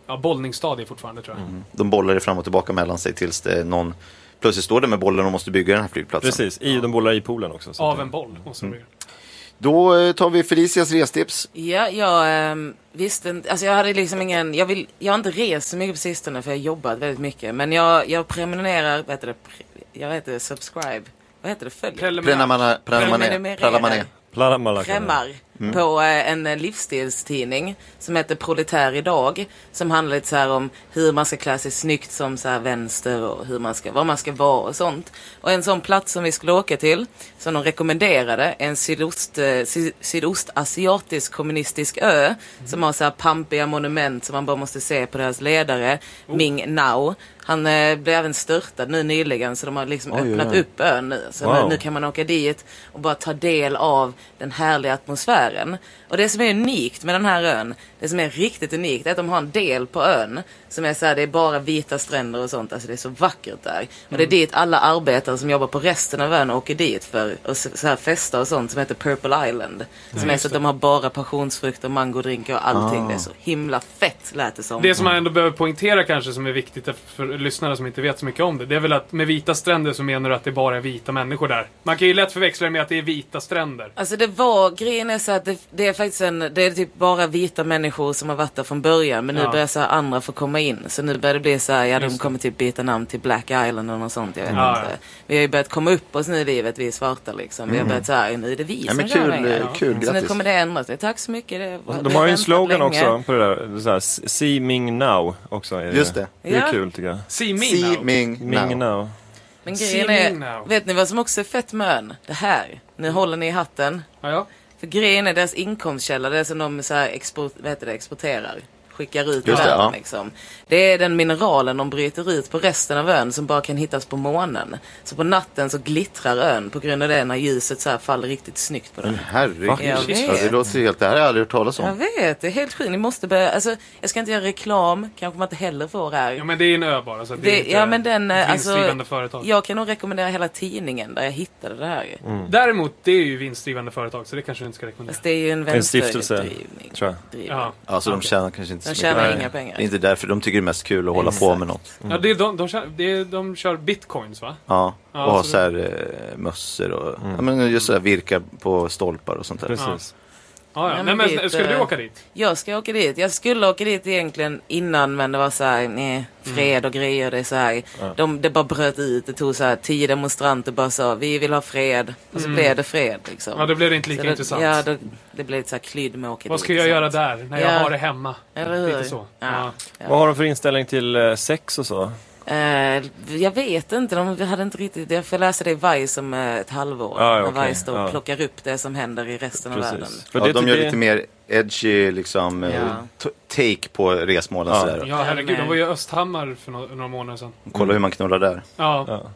Speaker 2: ja, bollningsstadie fortfarande tror jag.
Speaker 3: Mm,
Speaker 1: De bollar det fram och tillbaka mellan sig tills det är någon plötsligt står där med bollen och måste bygga den här flygplatsen.
Speaker 3: Precis, i, de bollar i poolen också. så att
Speaker 2: Av
Speaker 3: det- Mm.
Speaker 2: en boll. måste de göra.
Speaker 1: Då eh, tar vi Felicias restips.
Speaker 4: Ja, jag um, visste inte, alltså jag hade liksom ingen, jag, vill, jag har inte rest så mycket på sistone för jag har jobbat väldigt mycket. Men jag, jag prenumererar, vad heter det, pre, jag heter det, subscribe, vad heter det, följer?
Speaker 2: Preliminär.
Speaker 1: Prenamana- Prenamané.
Speaker 4: Prenumererar.
Speaker 1: Prelamané.
Speaker 3: Plaramala kan det vara.
Speaker 4: Krämmar på eh, en eh, livsstilstidning som heter Proletär idag. Som handlar lite så här om hur man ska klä sig snyggt som så här vänster och hur man ska, vad man ska vara och sånt. Och en sån plats som vi skulle åka till, som de rekommenderade, är en sydost, eh, sy- sydostasiatisk kommunistisk ö. Som har så här pampiga monument som man bara måste se på deras ledare, Ming Nao. Han eh, blev även störtad nu nyligen så de har liksom öppnat upp ön nu. Så
Speaker 3: Wow.
Speaker 4: nu kan man åka dit och bara ta del av den härliga atmosfären karaktären. Och det som är unikt med den här ön, det som är riktigt unikt, är att de har en del på ön som är så här, det är bara vita stränder och sånt. Alltså det är så vackert där. Och det är dit alla arbetare som jobbar på resten av ön åker dit för att s- så här festa och sånt som heter Purple Island. Som är så att de har bara passionsfrukter, mangodrinkar och allting. Det är så himla fett lät det som.
Speaker 2: Det som man ändå behöver poängtera kanske som är viktigt för lyssnare som inte vet så mycket om det. Det är väl att med vita stränder så menar du att det bara är vita människor där. Man kan ju lätt förväxla det med att det är vita stränder.
Speaker 4: Alltså det var, grejen är så att det, det är faktiskt en, det är typ bara vita människor som har varit där från början men nu
Speaker 2: Ja.
Speaker 4: börjar så här andra få komma in. Så nu börjar det bli så här, ja de
Speaker 2: Just det.
Speaker 4: kommer typ byta namn till Black Island eller något sånt, jag vet
Speaker 2: Ja,
Speaker 4: inte.
Speaker 2: ja.
Speaker 4: Vi har ju börjat komma upp oss nu i livet, vi är svarta liksom. Vi har börjat så här, nu är det vi
Speaker 1: Ja,
Speaker 4: som
Speaker 1: men
Speaker 4: gör
Speaker 1: kul,
Speaker 4: pengar.
Speaker 1: eh, kul,
Speaker 4: Så nu
Speaker 1: grattis.
Speaker 4: kommer det ändras. Tack så mycket. Det var,
Speaker 3: De
Speaker 4: vi
Speaker 3: har ju en
Speaker 4: väntat
Speaker 3: slogan
Speaker 4: länge.
Speaker 3: också på det där, så här, see Ming now också. Är det.
Speaker 1: Just det.
Speaker 3: Det är
Speaker 4: Ja.
Speaker 3: kul tycker jag.
Speaker 2: See me
Speaker 1: See
Speaker 2: now.
Speaker 1: Ming
Speaker 3: Ming
Speaker 1: now.
Speaker 3: now.
Speaker 4: Men
Speaker 2: See
Speaker 4: grejen
Speaker 2: me
Speaker 4: är,
Speaker 2: now.
Speaker 4: vet ni vad som också är fett med ön? Det här. Nu håller ni i hatten.
Speaker 2: Ja, ja.
Speaker 4: För grejen är deras inkomstkälla, det som de så här export, vad heter det, exporterar. Skickar ut i
Speaker 1: Just det,
Speaker 4: världen,
Speaker 1: ja.
Speaker 4: liksom. Det är den mineralen de bryter ut på resten av ön som bara kan hittas på månen. Så på natten så glittrar ön på grund av det när ljuset så här faller riktigt snyggt på den.
Speaker 1: Men herregud,
Speaker 4: Jag vet.
Speaker 1: ja, det låter ju helt... Det här har jag aldrig hört talas
Speaker 4: Jag
Speaker 1: om.
Speaker 4: vet, det är helt sjukt. Ni måste börja, alltså jag ska inte göra reklam, kanske man inte heller får här.
Speaker 2: ja, men det är en ö bara. Så att det, är
Speaker 4: det,
Speaker 2: inte
Speaker 4: ja men den, eh,
Speaker 2: vinstdrivande
Speaker 4: alltså,
Speaker 2: företag.
Speaker 4: jag kan nog rekommendera hela tidningen där jag hittade det här.
Speaker 1: Mm.
Speaker 3: Mm.
Speaker 2: Däremot, det är ju vinstdrivande företag så det kanske du inte ska rekommendera.
Speaker 4: Fast det är ju en
Speaker 3: En stiftelse,
Speaker 4: vänsterdrivning.
Speaker 3: tror jag.
Speaker 4: Driven.
Speaker 2: Ja.
Speaker 1: Alltså de tjänar kanske inte
Speaker 4: De
Speaker 1: så mycket.
Speaker 4: tjänar
Speaker 1: Nej.
Speaker 4: inga pengar.
Speaker 1: Det är inte därför. De tycker det är mest kul att hålla på med något.
Speaker 3: Mm.
Speaker 2: Ja, det är de, de, kör, det är, de kör bitcoins va?
Speaker 1: Ja, och
Speaker 2: Ja,
Speaker 1: ha
Speaker 3: alltså
Speaker 2: så
Speaker 1: så här eh, mössor och ja, men just sådär virka på stolpar och sånt där.
Speaker 3: Mm. Precis.
Speaker 2: Ja, ja.
Speaker 4: Ja,
Speaker 2: Nej,
Speaker 4: men
Speaker 2: men,
Speaker 4: det är ett,
Speaker 2: skulle du
Speaker 4: eh,
Speaker 2: åka dit?
Speaker 4: Jag ska åka dit. Jag skulle åka dit egentligen innan men det var så här, nej,
Speaker 2: Mm.
Speaker 4: fred och grejer. Det, är så här, de, det bara bröt ut. Det tog så här, tio demonstranter bara sa vi vill ha fred. Och så blev det fred liksom.
Speaker 2: Mm. Ja, då blev det inte lika
Speaker 4: Så det,
Speaker 2: intressant.
Speaker 4: Ja, då, det blev ett så här klyddmåkeri.
Speaker 2: Vad ska jag göra där när jag
Speaker 4: Ja.
Speaker 2: har det hemma?
Speaker 4: Eller hur?
Speaker 2: Lite så.
Speaker 4: Ja.
Speaker 2: Ja.
Speaker 3: Vad har de för inställning till eh, sex och så?
Speaker 4: Eh, jag vet inte, de hade inte riktigt... Jag får läsa det i Vice om eh, ett halvår.
Speaker 3: Ah, ja,
Speaker 4: när
Speaker 3: okej.
Speaker 4: Vice då
Speaker 3: Ja.
Speaker 4: plockar upp det som händer i resten av världen.
Speaker 3: Precis. För
Speaker 1: Ja,
Speaker 3: det, typ
Speaker 1: de gör
Speaker 3: det,
Speaker 1: lite mer edgy liksom, eh,
Speaker 4: Ja.
Speaker 1: t- take på resmålen
Speaker 3: Ja.
Speaker 1: sådär.
Speaker 2: ja, herregud. De var ju i Östhammar för no- några månader sedan.
Speaker 1: Kolla hur man knullar där.
Speaker 2: Ja.
Speaker 3: Ja.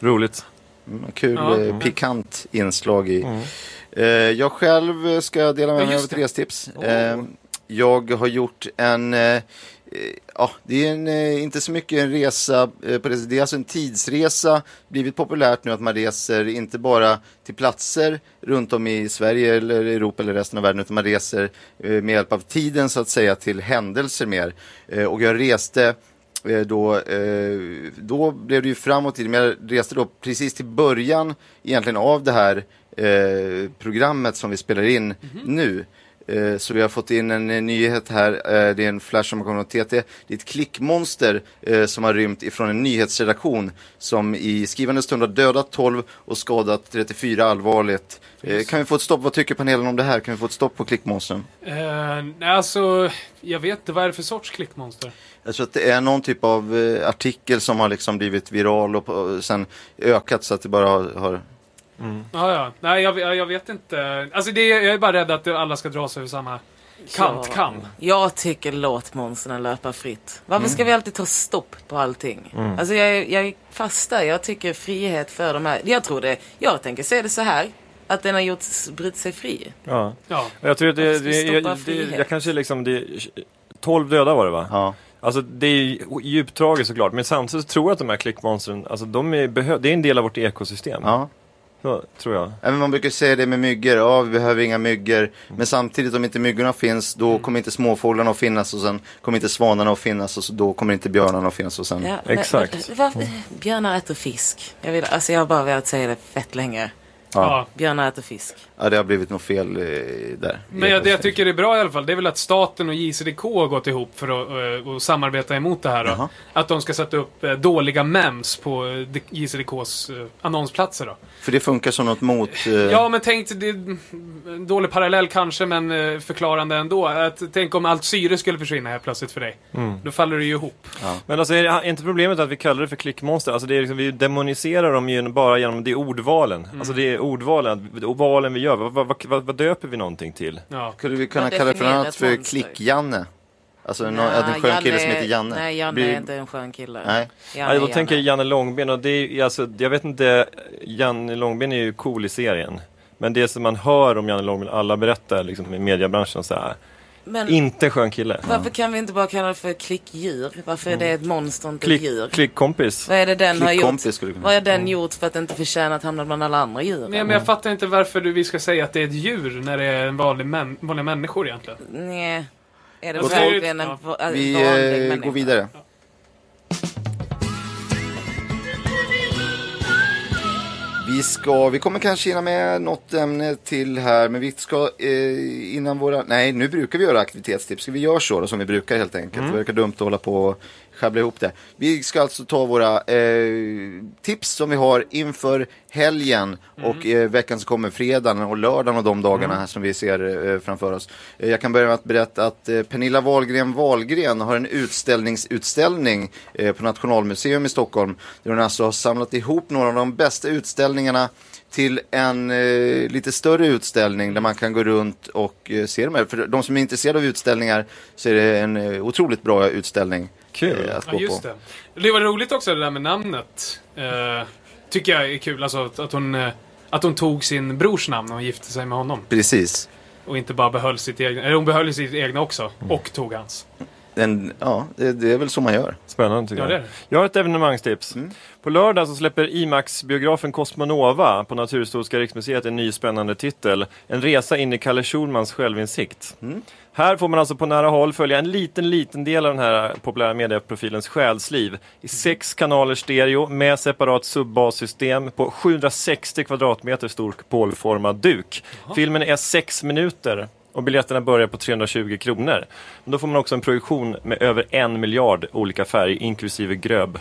Speaker 3: Roligt.
Speaker 1: Mm, kul,
Speaker 2: Ja. Mm.
Speaker 1: eh, pikant inslag i. Eh, jag själv eh, ska dela med
Speaker 2: Ja,
Speaker 1: mig av
Speaker 2: just
Speaker 1: ett
Speaker 2: det. Oh.
Speaker 1: restips. Eh, jag har gjort en, eh, eh, ja, det är en, eh, inte så mycket en resa, eh, på det, det är alltså en tidsresa. Blivit populärt nu att man reser inte bara till platser runt om i Sverige eller Europa eller resten av världen, utan man reser eh, med hjälp av tiden så att säga till händelser mer. Eh, och jag reste Eh, då, eh, då blev det ju framåt i tiden, men jag reste då precis till början egentligen av det här eh, programmet som vi spelar in nu. Eh, så vi har fått in en eh, nyhet här, eh, det är en flash som har kommit från TT. Det är ett klickmonster eh, som har rymt ifrån en nyhetsredaktion som i skrivande stund har dödat 12 och skadat 34 allvarligt. Eh, kan vi få ett stopp, vad tycker panelen om det här? Kan vi få ett stopp på klickmonstren?
Speaker 2: Eh, nej, alltså, jag vet inte. Vad är det för sorts klickmonster?
Speaker 1: Jag tror att det är någon typ av eh, artikel som har liksom blivit viral och, på- och sen ökat så att det bara har... har
Speaker 2: Ja, ja. Nej, jag, jag, jag vet inte. Alltså, det, är- jag är bara rädd att alla ska dra sig över samma kantkam.
Speaker 4: Jag tycker låt monstren löpa fritt. Varför
Speaker 3: Mm.
Speaker 4: ska vi alltid ta stopp på allting? Alltså jag, är- jag är fast där. Jag tycker frihet för de här. Jag tror det. Jag tänker se det så här. Att den har gjort, brutit sig fri.
Speaker 3: Ja.
Speaker 2: Ja.
Speaker 3: Och Jag tror att det,
Speaker 4: Varför ska vi
Speaker 3: det, jag,
Speaker 4: stoppa
Speaker 3: det,
Speaker 4: frihet?
Speaker 3: jag kanske liksom, det, 12 döda var det va?
Speaker 1: ja.
Speaker 3: Alltså det är ju djupt tragiskt såklart, men samtidigt tror jag att de här klickmonstren, alltså de är behö- det är en del av vårt ekosystem.
Speaker 1: ja.
Speaker 3: Så, tror jag.
Speaker 1: Även man brukar säga det med myggor, ja vi behöver inga myggor. Men samtidigt om inte myggorna finns
Speaker 4: Mm.
Speaker 1: då kommer inte småfåglarna att finnas och sen kommer inte svanarna att finnas och så, då kommer inte björnarna att finnas och sen...
Speaker 4: Ja,
Speaker 3: Exakt. Mm.
Speaker 4: Men, varför, björnar äter fisk. Jag, vill, alltså jag har bara velat säga det fett länge.
Speaker 1: Ja.
Speaker 2: Ja.
Speaker 4: Björnar äter fisk.
Speaker 1: ja, det har blivit något fel eh, där.
Speaker 2: Men jag, det jag tycker är bra i alla fall, det är väl att staten och JCDK har gått ihop för att eh, och samarbeta emot det här. Då.
Speaker 1: Jaha.
Speaker 2: Att de ska sätta upp eh, dåliga mems på eh, de- JCDKs eh, annonsplatser. Då.
Speaker 1: För det funkar som något mot... Eh...
Speaker 2: Ja, men tänk, det är en dålig parallell kanske, men eh, förklarande ändå. Att, tänk om allt syre skulle försvinna här plötsligt för dig.
Speaker 1: Mm.
Speaker 2: Då faller det ju ihop.
Speaker 3: Men alltså är, det, är inte problemet att vi kallar det för klickmonster? Alltså det är liksom, vi demoniserar dem ju bara genom det är ordvalen. Alltså det är ordvalen, det är valen vi gör. Vad, vad, vad, vad döper vi någonting till?
Speaker 2: Ja.
Speaker 1: Skulle vi kunna
Speaker 4: Ja,
Speaker 1: kalla det för något
Speaker 4: definiera
Speaker 1: annat
Speaker 4: ett
Speaker 1: för
Speaker 4: monster.
Speaker 1: Klick-Janne? Alltså någon, att en skön kille som heter Janne.
Speaker 4: Nej, Janne
Speaker 1: Blir-
Speaker 4: är inte en skön kille.
Speaker 1: Nej.
Speaker 4: Janne
Speaker 3: Ja,
Speaker 4: är
Speaker 3: Alltså, då tänker jag
Speaker 4: Janne.
Speaker 3: Janne Långben och det är ju- alltså, jag vet inte, Janne Långben är ju cool i serien. Men det som man hör om Janne Långben, alla berättar liksom, i mediebranschen så här.
Speaker 4: Men
Speaker 3: Inte skön kille.
Speaker 4: varför kan vi inte bara kalla Mm. det för klickdjur? Varför är det ett monster och inte ett djur?
Speaker 3: Mm. Klick, klickkompis.
Speaker 4: Vad är det den har gjort?
Speaker 1: Klickkompis skulle du kunna Mm.
Speaker 4: Vad har den gjort för att inte förtjäna att hamna bland alla andra djur?
Speaker 2: Nej, men jag fattar inte varför du, vi ska säga att det är ett djur när det är en vanlig, män, vanliga människor egentligen.
Speaker 4: Nej. Är det
Speaker 2: Okej.
Speaker 4: verkligen en
Speaker 2: Ja.
Speaker 4: va- en
Speaker 1: Vi
Speaker 4: vanlig
Speaker 1: eh,
Speaker 4: människa?
Speaker 1: går vidare. Vi, ska, vi kommer kanske hinna med något ämne till här, men vi ska eh, innan våra... Nej, nu brukar vi göra aktivitetstips. Ska Vi gör så då, som vi brukar helt enkelt. Det verkar dumt att hålla på och sjabbla ihop det. Vi ska alltså ta våra eh, tips som vi har inför helgen och eh, veckan som kommer, fredagen och lördagen och de dagarna här som vi ser eh, framför oss. Eh, jag kan börja med att berätta att eh, Pernilla Wahlgren Wahlgren har en utställningsutställning eh, på Nationalmuseum i Stockholm där hon alltså har samlat ihop några av de bästa utställningarna till en eh, lite större utställning där man kan gå runt och eh, se dem här. För de som är intresserade av utställningar så är det en eh, otroligt bra utställning
Speaker 3: Kul.
Speaker 1: eh, att
Speaker 2: Ja,
Speaker 1: gå
Speaker 2: just
Speaker 1: på.
Speaker 2: det. Det var roligt också det där med namnet. Eh, tycker jag är kul, alltså att, att hon... eh, Att hon tog sin brors namn när hon gifte sig med honom.
Speaker 1: Precis.
Speaker 2: Och inte bara behöll sitt egna. Eller hon behöll sitt egna också.
Speaker 1: Mm.
Speaker 2: Och tog hans.
Speaker 1: En, ja, det, det är väl så man gör.
Speaker 3: Spännande tycker
Speaker 2: Ja, det är
Speaker 3: jag.
Speaker 2: det.
Speaker 3: Jag har ett evenemangstips. På lördag så släpper IMAX-biografen Cosmonova på Naturhistoriska riksmuseet en ny spännande titel. En resa in i Kalle Schulmans självinsikt. Här får man alltså på nära håll följa en liten, liten del av den här populära medieprofilens själsliv i sex kanaler stereo med separat subbassystem på 760 kvadratmeter stor polformad duk. Filmen är sex minuter och biljetterna börjar på 320 kronor. Men då får man också en projektion med över en miljard olika färger inklusive gröb.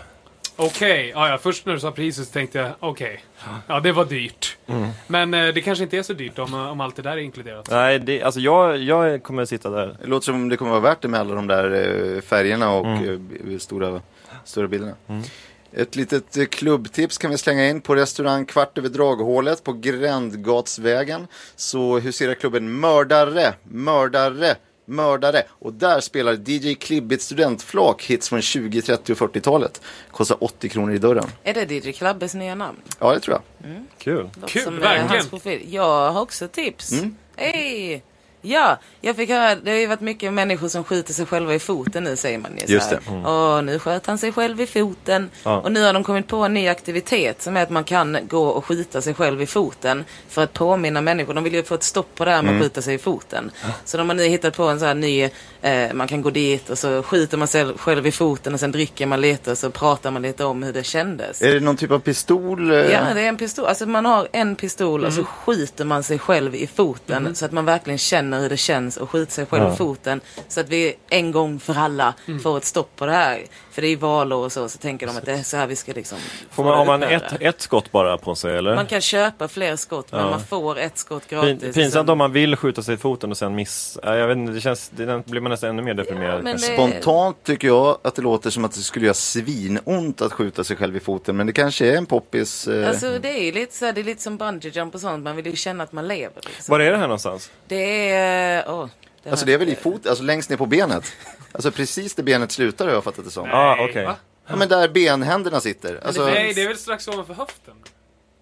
Speaker 2: Okej, ja, ja, först när du sa priset så tänkte jag okej. Ja, det var dyrt.
Speaker 1: Mm.
Speaker 2: Men eh, det kanske inte är så dyrt om, eh, om allt det där är inkluderat.
Speaker 3: Nej, det, alltså jag, jag kommer sitta där.
Speaker 1: Det låter som det kommer vara värt det med alla de där eh, färgerna och eh, b- stora, stora bilderna. Ett litet eh, klubbtips kan vi slänga in på restaurang Kvart över Draghålet på Grändgatsvägen. Så huserar klubben Mördare, Mördare, Mördare. Och där spelar DJ Klibbit studentflak hits från 20, 30 och 40-talet. Kostar 80 kronor i dörren.
Speaker 4: Är det Didrik Klabbes nya namn?
Speaker 1: Ja, det tror jag.
Speaker 3: Kul.
Speaker 4: Låter
Speaker 2: Kul,
Speaker 4: som, eh,
Speaker 2: verkligen.
Speaker 4: hans profil. Jag har också tips. Hej! Ja, jag fick höra, det har ju varit mycket människor som skjuter sig själva i foten nu säger man ju
Speaker 1: Just
Speaker 4: så här.
Speaker 1: det.
Speaker 4: Åh, nu sköt han sig själv i foten.
Speaker 3: Ja.
Speaker 4: Och nu har de kommit på en ny aktivitet som är att man kan gå och skjuta sig själv i foten för att påminna människor. De vill ju få ett stopp på det här med att skjuta sig i foten. Så de har nu hittat på en sån här ny, eh, man kan gå dit och så skjuter man sig själv i foten och sen dricker man lite och så pratar man lite om hur det kändes.
Speaker 1: Är det någon typ av pistol? eh?
Speaker 4: Ja, det är en pistol. Alltså man har en pistol och så
Speaker 3: Mm.
Speaker 4: skjuter man sig själv i foten så att man verkligen känner hur det känns att skjuta sig själv i foten. Så att vi en gång för alla
Speaker 3: Mm.
Speaker 4: får ett stopp på det här. För det är ju valår och så, så tänker de att det är så här vi ska liksom
Speaker 3: Får man, har man
Speaker 4: upphöra.
Speaker 3: ett, ett skott bara på sig eller?
Speaker 4: Man kan köpa fler skott men man får ett skott
Speaker 3: Pin,
Speaker 4: gratis. Liksom. och
Speaker 3: pinsamt
Speaker 4: sen-
Speaker 3: om man vill skjuta sig i foten och sen miss... Nej, Jag vet inte, det känns... Det, den blir man nästan ännu mer deprimerad.
Speaker 4: men
Speaker 3: kanske.
Speaker 4: det-
Speaker 1: Spontant tycker jag att det låter som att det skulle göra svinont att skjuta sig själv i foten. Men det kanske är en poppis. Eh...
Speaker 4: Alltså det är ju lite så här, det är lite som bungee jump och sånt. Man vill ju känna att man lever. Liksom.
Speaker 3: Var är det här någonstans?
Speaker 4: Det är... Åh, det
Speaker 1: Alltså
Speaker 4: här-
Speaker 1: det är väl i fot, alltså längst ner på benet. Alltså precis där benet slutar har jag fattat det som.
Speaker 3: Ja, ah, okej.
Speaker 2: va?
Speaker 1: Ja, men där benhänderna sitter. Alltså,
Speaker 2: Nej, det är väl strax ovanför höften?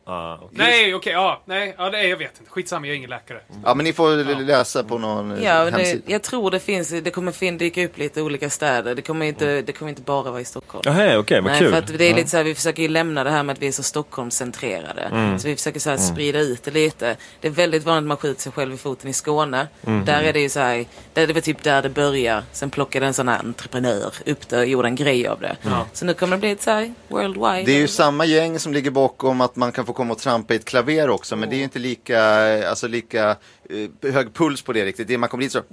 Speaker 3: Ah, okej.
Speaker 2: Nej, okej, ja. Nej, ja, det är, jag vet inte. Skitsamma, jag är ingen läkare.
Speaker 1: ja men ni får l- läsa på någon eh,
Speaker 4: Ja, det,
Speaker 1: hemsida.
Speaker 4: jag tror det finns, det kommer fin, dyka upp lite olika städer. Det kommer inte,
Speaker 1: Mm.
Speaker 4: det kommer inte bara vara i Stockholm.
Speaker 3: Jaha, okej, vad
Speaker 4: Nej,
Speaker 3: kul.
Speaker 4: för att det är lite så här, vi försöker ju lämna det här med att vi är så Stockholmscentrerade.
Speaker 1: Mm.
Speaker 4: Så vi försöker så här sprida ut det lite. Det är väldigt vanligt att man skjuter sig själv i foten i Skåne.
Speaker 1: Mm.
Speaker 4: Där är det ju så här, där det var typ där det börjar. Sen plockade en sån här entreprenör upp det och gjorde en grej av det. Så nu kommer det bli ett så här worldwide.
Speaker 1: Det är ju samma gäng som ligger bakom att man kan få komma och trampa i ett klaver också. Men det är ju inte lika, eh, alltså lika eh, hög puls på det riktigt. Det är, man kommer dit så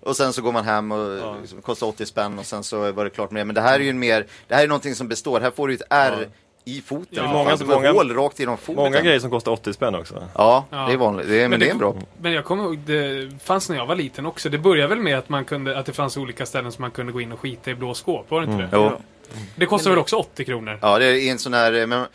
Speaker 1: och sen så går man hem och eh, liksom, kostar 80 spänn och sen så var det klart med det. Men det här är ju en mer, det här är någonting som består. Här får du ett R i foten.
Speaker 2: Ja.
Speaker 1: Fan,
Speaker 3: Många-
Speaker 1: det var
Speaker 3: många-
Speaker 1: hål rakt genom foten.
Speaker 3: Många grejer som kostar 80 spänn också.
Speaker 1: Ja, det
Speaker 2: Ja.
Speaker 1: är vanligt. Det är, men,
Speaker 2: Men
Speaker 1: det
Speaker 2: det-
Speaker 1: är en bra
Speaker 2: Men jag kommer ihåg, det fanns när jag var liten också. Det började väl med att, man kunde, att det fanns olika ställen som man kunde gå in och skita i blå skåp, var det inte det?
Speaker 1: Mm. Jo.
Speaker 2: Det kostar väl också 80 kronor?
Speaker 1: Ja, det är en sån här, eh, men,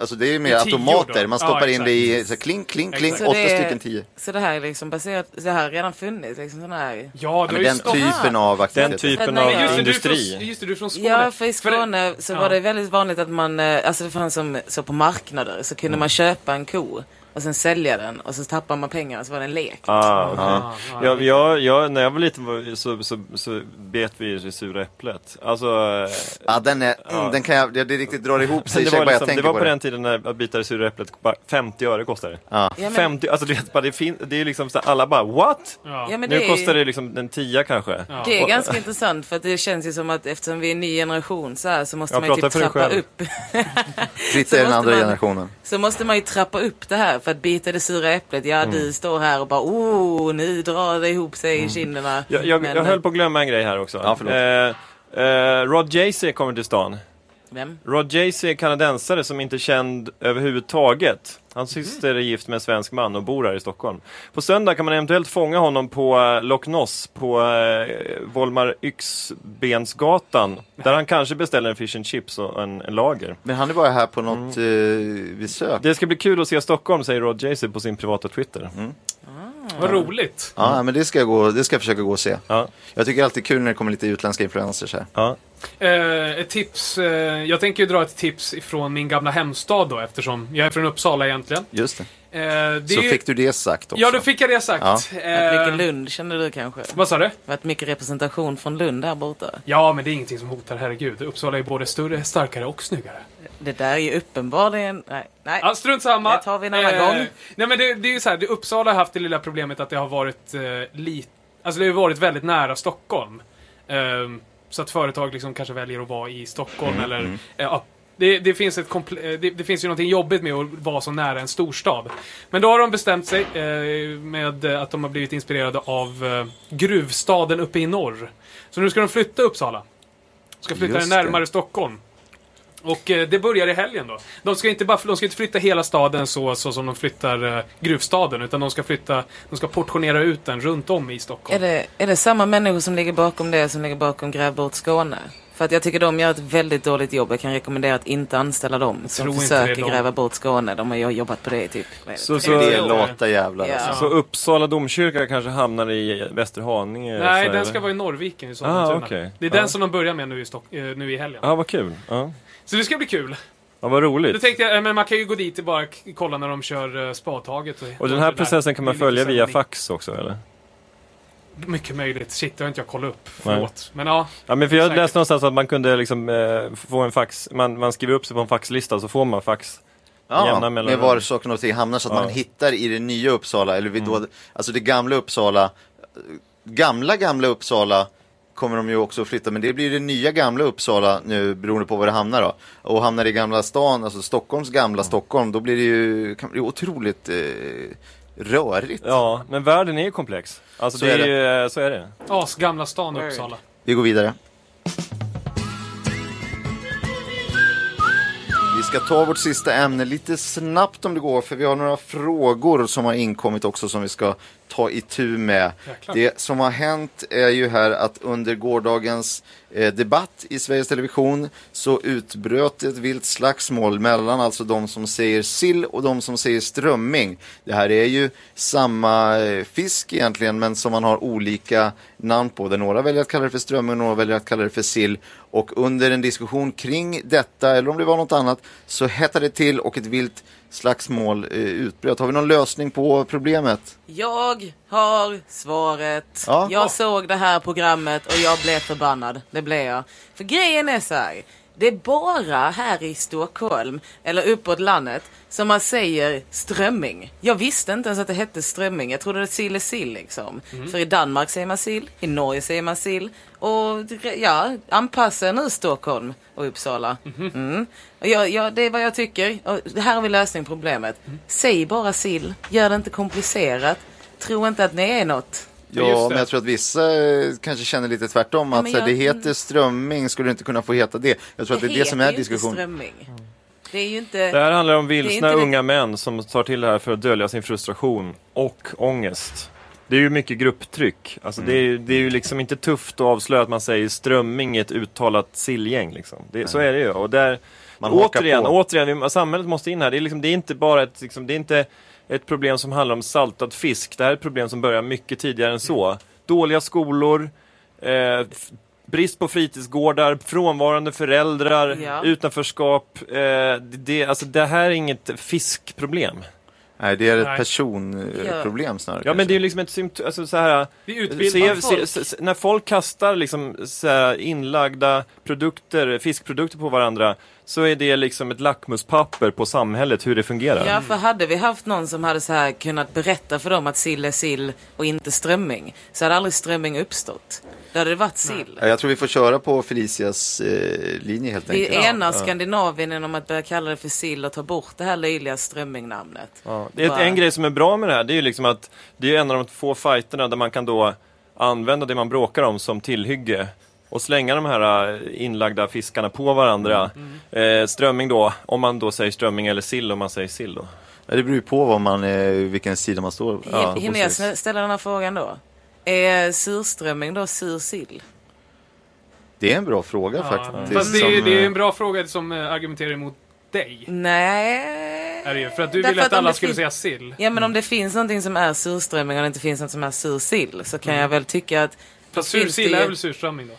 Speaker 1: alltså det är ju mer
Speaker 2: Det är tio
Speaker 1: automater.
Speaker 2: då.
Speaker 1: Man stoppar
Speaker 2: Ja,
Speaker 1: in det i så här, kling, kling, kling,
Speaker 2: Exakt.
Speaker 1: åtta
Speaker 4: det är-
Speaker 1: stycken tio.
Speaker 4: Så det här är liksom baserat, det här har redan funnits. Liksom sån här.
Speaker 2: Ja,
Speaker 1: Ja,
Speaker 2: du har
Speaker 1: men
Speaker 2: ju
Speaker 1: den
Speaker 2: stått...
Speaker 1: typen av
Speaker 3: Den
Speaker 1: aktiviteter.
Speaker 3: typen
Speaker 4: Nej,
Speaker 3: av
Speaker 4: men just
Speaker 2: Just det, du är
Speaker 3: industri.
Speaker 2: från, just det, du är från Skåne.
Speaker 4: Ja, för i
Speaker 2: det-
Speaker 4: Skåne så
Speaker 2: ja.
Speaker 3: Mm.
Speaker 4: var det väldigt vanligt att man, eh, alltså det fanns som, så på marknader så kunde man köpa en ko och sen sälja den och så tappar man pengar och så var det en lek.
Speaker 3: Ah, okej.
Speaker 2: Ah, ah,
Speaker 3: Ja, jag, jag, när jag var liten var- så, så, så bet vi i det sura äpplet. Alltså, eh,
Speaker 1: Ja, den, är,
Speaker 3: Ja.
Speaker 1: mm, den kan jag, det det riktigt drar ihop sig.
Speaker 3: det
Speaker 1: Det
Speaker 3: var,
Speaker 1: bara jag
Speaker 3: liksom, det
Speaker 1: tänker
Speaker 3: var
Speaker 1: på
Speaker 3: på
Speaker 1: det.
Speaker 3: den tiden när att bita det sura äpplet, bara 50 öre kostade det.
Speaker 1: Ja.
Speaker 4: Ja, men-
Speaker 3: 50, alltså du vet, bara, det, fin, det är liksom så här, alla bara what?
Speaker 2: ja.
Speaker 4: Ja, men
Speaker 3: nu
Speaker 4: det är-
Speaker 3: kostar det liksom en tia kanske.
Speaker 2: Ja.
Speaker 4: Det är ganska intressant för att det känns ju som att eftersom vi är en ny generation så här så måste
Speaker 3: Jag
Speaker 4: man ju
Speaker 3: pratar
Speaker 4: typ
Speaker 3: för dig
Speaker 4: trappa
Speaker 3: själv.
Speaker 4: upp. <laughs>
Speaker 1: Fritt
Speaker 4: Så
Speaker 1: är den
Speaker 4: måste
Speaker 1: andra
Speaker 4: man-
Speaker 1: generationen.
Speaker 4: Så måste man ju trappa upp det här för att bita det sura äpplet. Ja,
Speaker 3: Mm.
Speaker 4: du står här och bara oh, nu drar det ihop sig i kinderna.
Speaker 3: Jag, jag,
Speaker 4: Men- eh,
Speaker 3: jag höll på att glömma en grej här också.
Speaker 1: Ja, förlåt.
Speaker 3: Eh, eh, Rod Jaycee kommer till stan.
Speaker 4: eh, Vem?
Speaker 3: Rod Jaycee är kanadensare som inte är känd överhuvudtaget. Hans syster är gift med en svensk man och bor här i Stockholm. På söndag kan man eventuellt fånga honom på eh, Loch Ness på eh, Volmar Yxbensgatan. Där han kanske beställer en fish and chips och en, en lager.
Speaker 1: Men han är bara här på något eh, besök.
Speaker 3: Det ska bli kul att se Stockholm, säger Rod Jaycee på sin privata Twitter.
Speaker 1: Mm.
Speaker 2: Vad roligt.
Speaker 1: Ja, men det ska, jag gå, det ska jag försöka gå och se.
Speaker 3: Ja,
Speaker 1: Jag tycker alltid kul när det kommer lite utländska influencers här.
Speaker 3: ja.
Speaker 2: Eh, ett tips. Eh, jag tänker ju dra ett tips från min gamla hemstad då eftersom jag är från Uppsala egentligen.
Speaker 1: Just det.
Speaker 2: Eh, det
Speaker 1: Så
Speaker 2: är ju-
Speaker 1: fick du det sagt också.
Speaker 2: Ja, då fick jag det sagt.
Speaker 4: Att
Speaker 2: Eh,
Speaker 4: mycket Lund känner du kanske?
Speaker 2: vad sa du?
Speaker 4: Varit mycket representation från Lund här borta.
Speaker 2: Ja, men det är ingenting som hotar, herregud. Uppsala är både större, starkare och snyggare.
Speaker 4: Det där är ju uppenbarligen... Nej, nej.
Speaker 2: Ja, strunt samma. Eh,
Speaker 4: Det tar vi en annan gång.
Speaker 2: Nej, men det, det är ju så här, det, Uppsala har haft det lilla problemet att det har varit eh, lite... Alltså det har ju varit väldigt nära Stockholm. Ehm, så att företag liksom kanske väljer att vara i Stockholm eller... eh, ja, det, det, finns ett komple- eh, det, det finns ju någonting jobbigt med att vara så nära en storstad. Men då har de bestämt sig eh, med eh, att de har blivit inspirerade av eh, gruvstaden uppe i norr. Så nu ska de flytta Uppsala. Ska flytta
Speaker 1: Just
Speaker 2: den närmare Stockholm. Och eh, det börjar i helgen då. De ska inte, bara, de ska inte flytta hela staden så, så som de flyttar eh, gruvstaden, utan de ska flytta, de ska portionera ut den runt om i
Speaker 4: Är,
Speaker 2: Stockholm.
Speaker 4: det, är det samma människor som ligger bakom det som ligger bakom Gräv bort Skåne? För att jag tycker de gör ett väldigt dåligt jobb. Jag kan rekommendera att inte anställa dem som
Speaker 2: Tror inte det
Speaker 4: försöker
Speaker 2: är de.
Speaker 4: gräva bort Skåne. De har ju jobbat på det i typ... vad är det,
Speaker 3: Så,
Speaker 1: Det
Speaker 3: så,
Speaker 1: är lata jävlar
Speaker 4: Ja.
Speaker 1: alltså.
Speaker 3: så Uppsala domkyrka kanske hamnar i Västerhaninge?
Speaker 2: Nej,
Speaker 3: så,
Speaker 2: den
Speaker 3: eller?
Speaker 2: ska vara i Norrviken i
Speaker 3: Ah,
Speaker 2: Sollentuna.
Speaker 3: okej.
Speaker 2: Det är
Speaker 3: Ja.
Speaker 2: den som de börjar med nu i, Stock- eh, nu i helgen.
Speaker 3: Ja, vad kul. Ja,
Speaker 2: Så det ska bli kul.
Speaker 3: ja vad roligt.
Speaker 2: Då tänkte jag, eh, men man kan ju gå dit och bara k- kolla när de kör eh, spadtaget.
Speaker 3: Och den här
Speaker 2: där.
Speaker 3: processen kan man
Speaker 2: Det är
Speaker 3: följa
Speaker 2: lite
Speaker 3: via
Speaker 2: sändning.
Speaker 3: fax också eller?
Speaker 2: Mycket möjligt. Shit, det har inte jag kollat upp. Förlåt. Men ja.
Speaker 3: Ja, men för jag
Speaker 2: Säkert.
Speaker 3: läste någonstans att man kunde liksom eh, få en fax, man, man skriver upp sig på en faxlista så får man fax.
Speaker 1: Ja,
Speaker 3: Jämna
Speaker 1: med
Speaker 3: mellanrum.
Speaker 1: var saker och ting hamnar så att
Speaker 3: Ja. Mm.
Speaker 1: man hittar i det nya Uppsala, eller vid då, alltså det gamla Uppsala, eh, gamla gamla Uppsala kommer de ju också att flytta, men det blir det nya gamla Uppsala nu beroende på var det hamnar då. Och hamnar det i Gamla stan, alltså Stockholms gamla Stockholm, då blir det ju kan bli otroligt eh, rörigt.
Speaker 3: Ja, men världen är ju komplex. Alltså
Speaker 1: Så
Speaker 3: det är,
Speaker 1: är
Speaker 3: ju, eh, så är det.
Speaker 2: As, gamla stan i Uppsala.
Speaker 1: Vi går vidare. Vi ska ta vårt sista ämne lite snabbt om det går, för vi har några frågor som har inkommit också som vi ska ta itu med.
Speaker 2: Jäklar.
Speaker 1: Det som har hänt är ju här att under gårdagens eh, debatt i Sveriges Television så utbröt ett vilt slagsmål mellan alltså de som säger sill och de som säger strömming. Det här är ju samma eh, fisk egentligen men som man har olika namn på. Där några väljer att kalla det för strömming och några väljer att kalla det för sill. Och under en diskussion kring detta eller om det var något annat så hettade det till och ett vilt slagsmål eh, utbröt. Har vi någon lösning på problemet?
Speaker 4: Jag har svaret.
Speaker 1: Ja.
Speaker 4: Jag såg det här programmet och jag blev förbannad. Det blev jag. För grejen är så här. Det är bara här i Stockholm, eller uppåt landet, som man säger strömming. Jag visste inte ens att det hette strömming. Jag trodde det sill är sill liksom. För i Danmark säger man sill, i Norge säger man sill. Och ja, anpassa er nu Stockholm och Uppsala. Mm. Och jag, jag, det är vad jag tycker. Och det här har vi lösning på problemet. Säg bara sill, gör det inte komplicerat. Tro inte att ni är något.
Speaker 2: Ja, just
Speaker 1: Ja,
Speaker 2: det.
Speaker 1: men jag tror att vissa eh, kanske känner lite tvärtom. Att
Speaker 4: men
Speaker 1: så här, det
Speaker 4: jag-
Speaker 1: heter strömming, skulle det inte kunna få heta det? Jag tror att det är det som
Speaker 4: heter
Speaker 1: är
Speaker 4: ju inte
Speaker 1: diskussionen.
Speaker 4: strömming. Det är ju
Speaker 3: Det
Speaker 4: inte...
Speaker 3: här handlar om
Speaker 4: inte
Speaker 3: vilsna
Speaker 4: det-
Speaker 3: unga män som tar till det här för att dölja sin frustration och ångest. Det är ju mycket grupptryck. Alltså det, är, ju-
Speaker 1: Mm.
Speaker 3: det är ju liksom inte tufft att avslöja att man säger strömming i ett uttalat sillgäng. Liksom. Det, så är det ju. Och där,
Speaker 1: Man hakar
Speaker 3: återigen,
Speaker 1: på.
Speaker 3: återigen, vi- samhället måste in här. Det är, liksom, det är inte bara ett, liksom, det är inte ett problem som handlar om saltad fisk. Det här är ett problem som börjar mycket tidigare än så. Dåliga skolor, eh, f- brist på fritidsgårdar, frånvarande föräldrar,
Speaker 4: Ja.
Speaker 3: utanförskap. Eh, det, det, alltså, det här är inget fiskproblem.
Speaker 1: Nej, det är ett
Speaker 2: Nej.
Speaker 4: Ja.
Speaker 1: personproblem snarare.
Speaker 3: Ja men det är
Speaker 1: kanske.
Speaker 3: ju liksom ett symptom, alltså så här,
Speaker 2: Vi utbildar
Speaker 3: se,
Speaker 2: folk.
Speaker 3: se, se, se, när folk kastar liksom så här, inlagda produkter, fiskprodukter på varandra så är det liksom ett lackmuspapper på samhället hur det fungerar.
Speaker 4: Ja, för hade vi haft någon som hade så här kunnat berätta för dem att sill är sill och inte strömming, så hade aldrig strömming uppstått. Då hade det varit sill.
Speaker 1: Ja, Jag tror vi får köra på Felicias eh, linje helt
Speaker 4: Vi
Speaker 1: enkelt.
Speaker 4: enar Skandinavien genom att börja kalla det för sill och ta bort det här löjliga strömmingnamnet.
Speaker 3: Ja, det är ett,
Speaker 4: Bara-
Speaker 3: en grej som är bra med det här, det är ju liksom att det är en av de få fighterna där man kan då använda det man bråkar om som tillhygge och slänga de här eh, inlagda fiskarna på varandra.
Speaker 4: Mm.
Speaker 3: Eh, strömming då, om man då säger strömming eller sill om man säger sill då.
Speaker 1: Ja, det beror ju på vad man, eh, vilken sida man står på.
Speaker 4: Ja, Hinner jag
Speaker 1: precis.
Speaker 4: snä- ställa den här frågan då? Är surströmming då sur sill?
Speaker 1: Det är en bra fråga faktiskt.
Speaker 2: Fast det är,
Speaker 1: som,
Speaker 2: det är
Speaker 1: eh,
Speaker 2: en bra fråga som eh, argumenterar emot dig.
Speaker 4: Nej.
Speaker 2: Är Mm. det ju. För att du
Speaker 4: Därför
Speaker 2: ville att
Speaker 4: om
Speaker 2: alla
Speaker 4: det
Speaker 2: skulle
Speaker 4: fin-
Speaker 2: säga sill.
Speaker 4: Ja men om det finns någonting som är surströmming och det inte finns något som är sur sill så kan jag väl tycka att...
Speaker 2: Mm. Fast
Speaker 4: finns det
Speaker 2: sursill
Speaker 4: ju-
Speaker 2: är väl surströmming då?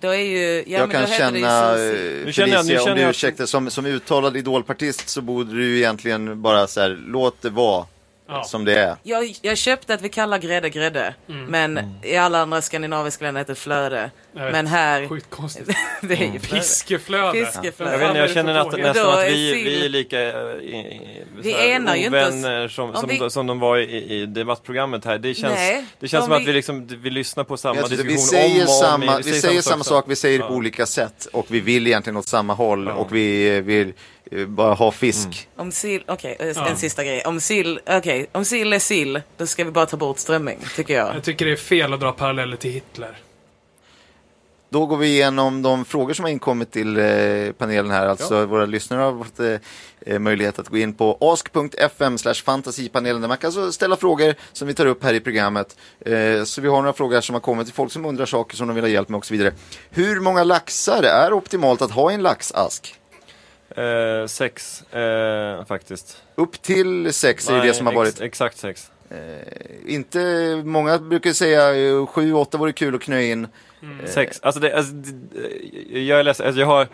Speaker 4: Då är ju... Ja,
Speaker 1: jag
Speaker 4: men
Speaker 1: kan
Speaker 4: då heter
Speaker 1: känna,
Speaker 4: det ju sur sill.
Speaker 1: eh,
Speaker 3: Nu känner jag- nu
Speaker 1: Felicia, om
Speaker 3: känner
Speaker 1: du
Speaker 3: jag-
Speaker 1: ursäktar, som, som uttalad idolpartist så borde du ju egentligen bara så här, låt det vara
Speaker 2: Ja.
Speaker 1: som det är.
Speaker 4: Jag, jag köpte att vi kallar grädde grädde, men
Speaker 1: Mm.
Speaker 4: i alla andra skandinaviska länder heter det flöde.
Speaker 2: Mm. Jag vet. Mm.
Speaker 4: Men här,
Speaker 2: Sjukt konstigt.
Speaker 4: <laughs> det är ju flöde.
Speaker 2: Fiskeflöde.
Speaker 4: Fiskeflöde.
Speaker 3: Jag, vet, inte, jag känner att, nästan
Speaker 4: Då är
Speaker 3: att vi,
Speaker 4: sill-
Speaker 3: vi är lika eh, i- i-
Speaker 4: Vi
Speaker 3: så här
Speaker 4: enar ju inte oss.
Speaker 3: ovänner som,
Speaker 4: Om
Speaker 3: som,
Speaker 4: vi-
Speaker 3: de- som de var i, i debattprogrammet här. Det känns,
Speaker 4: Nej,
Speaker 3: det känns
Speaker 4: om
Speaker 3: som att
Speaker 4: vi-
Speaker 3: vi, liksom, vi lyssnar på samma
Speaker 1: Jag tror-
Speaker 3: diskussion
Speaker 1: vi säger,
Speaker 3: om och om,
Speaker 1: samma,
Speaker 3: i-
Speaker 1: vi säger samma sak, vi säger det på
Speaker 3: Ja.
Speaker 1: olika sätt och vi vill egentligen åt samma håll och vi eh, vill eh, bara ha fisk.
Speaker 3: Mm.
Speaker 4: Om sill, okej, eh,
Speaker 2: Ja.
Speaker 4: en sista grej. Om sill, okej, om sill är sill, då ska vi bara ta bort strömming, tycker jag.
Speaker 2: Jag tycker det är fel att dra paralleller till Hitler.
Speaker 1: Då går vi igenom de frågor som har inkommit till eh, panelen här. Alltså våra lyssnare har fått eh, eh, möjlighet att gå in på ask.fm slash fantasipanelen där man kan alltså ställa frågor som vi tar upp här i programmet. Eh, så vi har några frågor som har kommit till folk som undrar saker som de vill ha hjälp med och så vidare. Hur många laxar är optimalt att ha i en laxask?
Speaker 3: Eh, sex, eh, faktiskt.
Speaker 1: Upp till sex är ju
Speaker 3: Nej,
Speaker 1: det som har varit.
Speaker 3: Ex, exakt sex.
Speaker 1: Inte många brukar säga eh, sju, åtta vore kul att knö in. Eh.
Speaker 3: Sex, alltså, det, alltså det, jag är ledsen, alltså jag har,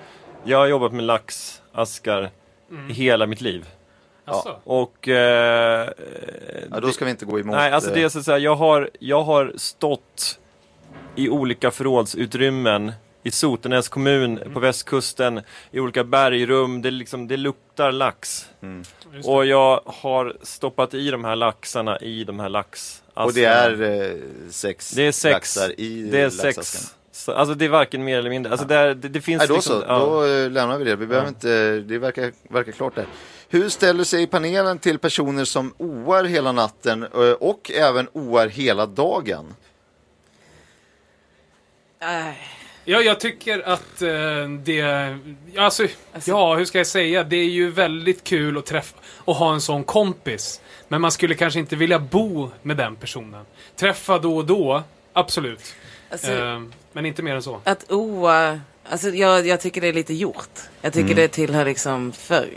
Speaker 3: jag har jobbat med laxaskar
Speaker 2: Mm.
Speaker 3: hela mitt liv.
Speaker 2: Alltså.
Speaker 3: Och... Eh,
Speaker 1: Ja, då ska vi inte gå emot.
Speaker 3: nej, alltså det är
Speaker 1: eh,
Speaker 3: så att säga, jag har, jag har stått i olika förrådsutrymmen i Sotenäs kommun,
Speaker 1: Mm.
Speaker 3: på västkusten, i olika bergrum, det, är liksom, det luktar lax.
Speaker 1: Mm.
Speaker 2: Just det.
Speaker 3: Och jag har stoppat i de här laxarna i de här laxaskarna.
Speaker 1: Och det är eh, sex
Speaker 3: Det är sex.
Speaker 1: laxar i
Speaker 3: det är
Speaker 1: laxaskarna.
Speaker 3: sex. Så, alltså det är varken mer eller mindre. Alltså det, är, det, det finns
Speaker 1: Nej, då
Speaker 3: liksom,
Speaker 1: så,
Speaker 3: ja.
Speaker 1: då eh, lämnar vi det. Vi behöver inte, det verkar, verkar klart där. Hur ställer sig panelen till personer som oar hela natten eh, och även oar hela dagen?
Speaker 4: Äh,
Speaker 2: Ja, jag tycker att eh, det... Alltså, ja, hur ska jag säga? Det är ju väldigt kul att träffa och ha en sån kompis. Men man skulle kanske inte vilja bo med den personen. Träffa då och då, absolut.
Speaker 4: alltså,
Speaker 2: Eh, men inte mer än så.
Speaker 4: att oa, alltså jag, jag tycker det är lite gjort. Jag tycker
Speaker 1: Mm.
Speaker 4: det tillhör liksom förr.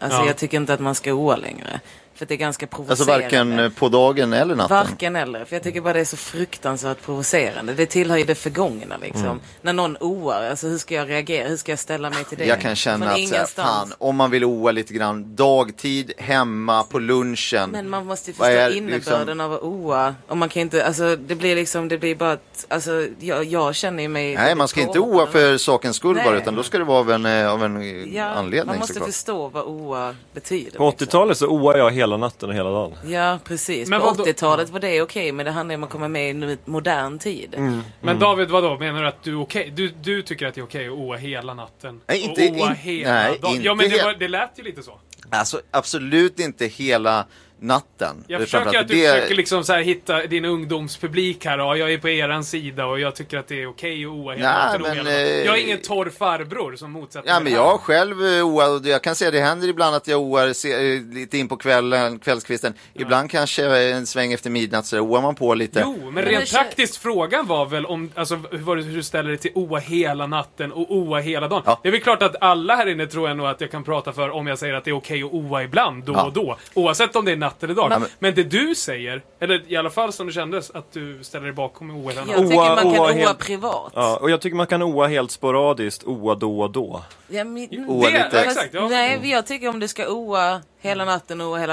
Speaker 4: Alltså
Speaker 2: Ja.
Speaker 4: jag tycker inte att man ska oa längre. För det är ganska provocerande.
Speaker 1: Alltså varken eh, på dagen eller natten.
Speaker 4: Varken eller. För jag tycker bara det är så fruktansvärt provocerande. Det tillhör ju det förgångna liksom.
Speaker 1: Mm.
Speaker 4: När någon oar, alltså hur ska jag reagera? Hur ska jag ställa mig till det?
Speaker 1: Jag kan känna
Speaker 4: Från
Speaker 1: att så här,
Speaker 4: ingenstans.
Speaker 1: fan, om man vill oa lite grann dagtid, hemma, på lunchen.
Speaker 4: Men man måste ju
Speaker 1: Vad
Speaker 4: förstå
Speaker 1: är liksom-
Speaker 4: innebörden av att oa. Och man kan inte, alltså det blir liksom, det blir bara att, alltså jag, jag känner ju mig...
Speaker 1: Nej, man ska inte oa för sakens skull
Speaker 4: Nej.
Speaker 1: bara, utan då ska det vara av en, eh, av en eh,
Speaker 4: ja,
Speaker 1: anledning
Speaker 4: Man måste
Speaker 1: såklart.
Speaker 4: förstå vad oa betyder.
Speaker 3: På
Speaker 4: liksom.
Speaker 3: 80-talet så oar jag hela natten och hela dagen.
Speaker 4: Ja, precis.
Speaker 2: Men
Speaker 4: på
Speaker 2: vadå-
Speaker 4: 80-talet var det okej, men det handlar ju om att komma med i en modern tid.
Speaker 2: Men David, vad då Menar du att du är okej? Du, du tycker att det är okej att oa hela natten?
Speaker 1: Nej, inte-
Speaker 2: Och oa
Speaker 1: in-
Speaker 2: hela
Speaker 1: nej,
Speaker 2: dagen?
Speaker 1: inte
Speaker 2: Ja, men det,
Speaker 1: he-
Speaker 2: var, det lät ju lite så.
Speaker 1: Alltså absolut inte hela natten.
Speaker 2: Jag
Speaker 1: Det är
Speaker 2: försöker
Speaker 1: framförallt-
Speaker 2: att du
Speaker 1: det-
Speaker 2: försöker liksom så här hitta din ungdomspublik här och jag är på eran sida och jag tycker att det är okej att oa hela
Speaker 1: Nej,
Speaker 2: natten och
Speaker 1: men,
Speaker 2: hela dagen. Jag är
Speaker 1: eh,
Speaker 2: ingen torr farbror som motsätter
Speaker 1: Ja,
Speaker 2: mig
Speaker 1: men
Speaker 2: det
Speaker 1: jag
Speaker 2: här.
Speaker 1: har själv eh, oar, och jag kan säga det händer ibland att jag oar se, eh, lite in på kvällen, kvällskvisten. Ibland kanske eh, en sväng efter midnatt så där oar man på lite.
Speaker 2: Jo, men
Speaker 4: Men
Speaker 2: rent
Speaker 4: det kän-
Speaker 2: praktiskt frågan var väl om, alltså, hur, var det- hur du ställer dig till oa hela natten och oa hela dagen.
Speaker 1: Ja.
Speaker 2: Det är väl klart att alla här inne tror jag nog att jag kan prata för om jag säger att det är okej att oa ibland, då
Speaker 1: Ja.
Speaker 2: och då. Oavsett om det är natt eller dag.
Speaker 1: Men-
Speaker 2: men... det du säger, eller i alla fall som det kändes, att du ställer dig bakom oa hela
Speaker 4: Jag
Speaker 2: natten.
Speaker 4: tycker man kan
Speaker 3: oa
Speaker 4: oa
Speaker 3: helt-
Speaker 4: privat.
Speaker 3: Ja, och jag tycker man kan oa helt sporadiskt, oa då och då.
Speaker 4: Ja, men,
Speaker 1: Oa
Speaker 2: Det-
Speaker 1: lite.
Speaker 2: exakt, ja.
Speaker 4: Nej, jag tycker om du ska oa hela natten och oa hela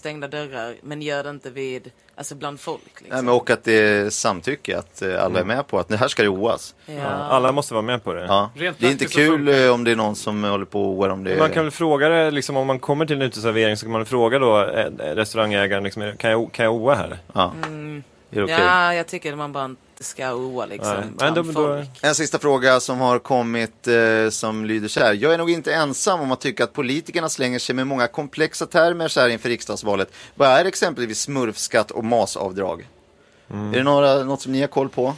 Speaker 4: stängda dörrar, men gör det inte vid, alltså bland folk. Liksom.
Speaker 1: Nej, men och att det är samtycke, att eh, alla är
Speaker 2: Mm.
Speaker 1: med på att det här ska det oas.
Speaker 4: ja.
Speaker 3: Alla måste vara med på det.
Speaker 1: Ja.
Speaker 2: Rent
Speaker 1: Det är inte
Speaker 2: praktiskt så
Speaker 1: kul
Speaker 2: funkar det.
Speaker 1: eh, om det är någon som håller på och oar om det.
Speaker 3: Man kan väl fråga det, liksom, om man kommer till en uteservering så kan man fråga då eh, restaurangägaren, liksom, kan, jag, kan jag oa här?
Speaker 1: ja. Är det okej?
Speaker 4: ja, jag tycker man bara inte ska oa liksom.
Speaker 3: Nej.
Speaker 4: bland
Speaker 3: Nej, då- då-
Speaker 4: folk.
Speaker 1: En sista fråga som har kommit eh, som lyder så här. Jag är nog inte ensam om att tycka att politikerna slänger sig med många komplexa termer så här inför riksdagsvalet. Vad är exempelvis smurfskatt och masavdrag? Är det några, något som ni har koll på?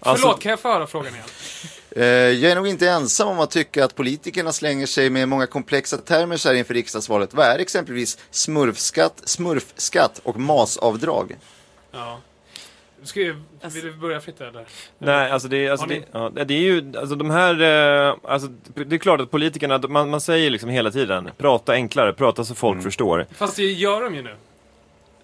Speaker 3: Alltså-
Speaker 2: Förlåt, kan jag få höra frågan igen?
Speaker 1: Eh, jag är nog inte ensam om att tycka att politikerna slänger sig med många komplexa termer så här inför riksdagsvalet. Vad är exempelvis smurfskatt, smurfskatt och masavdrag?
Speaker 2: Ja. Ska, jag- vill du börja fritt eller?
Speaker 3: Nej, alltså det, är- alltså
Speaker 2: Har
Speaker 3: det,
Speaker 2: ni-
Speaker 3: ja, det är ju, alltså de här, eh, alltså det är klart att politikerna, de- man, man säger liksom hela tiden, prata enklare, prata så
Speaker 1: Mm.
Speaker 3: folk förstår.
Speaker 2: Fast det gör de ju nu.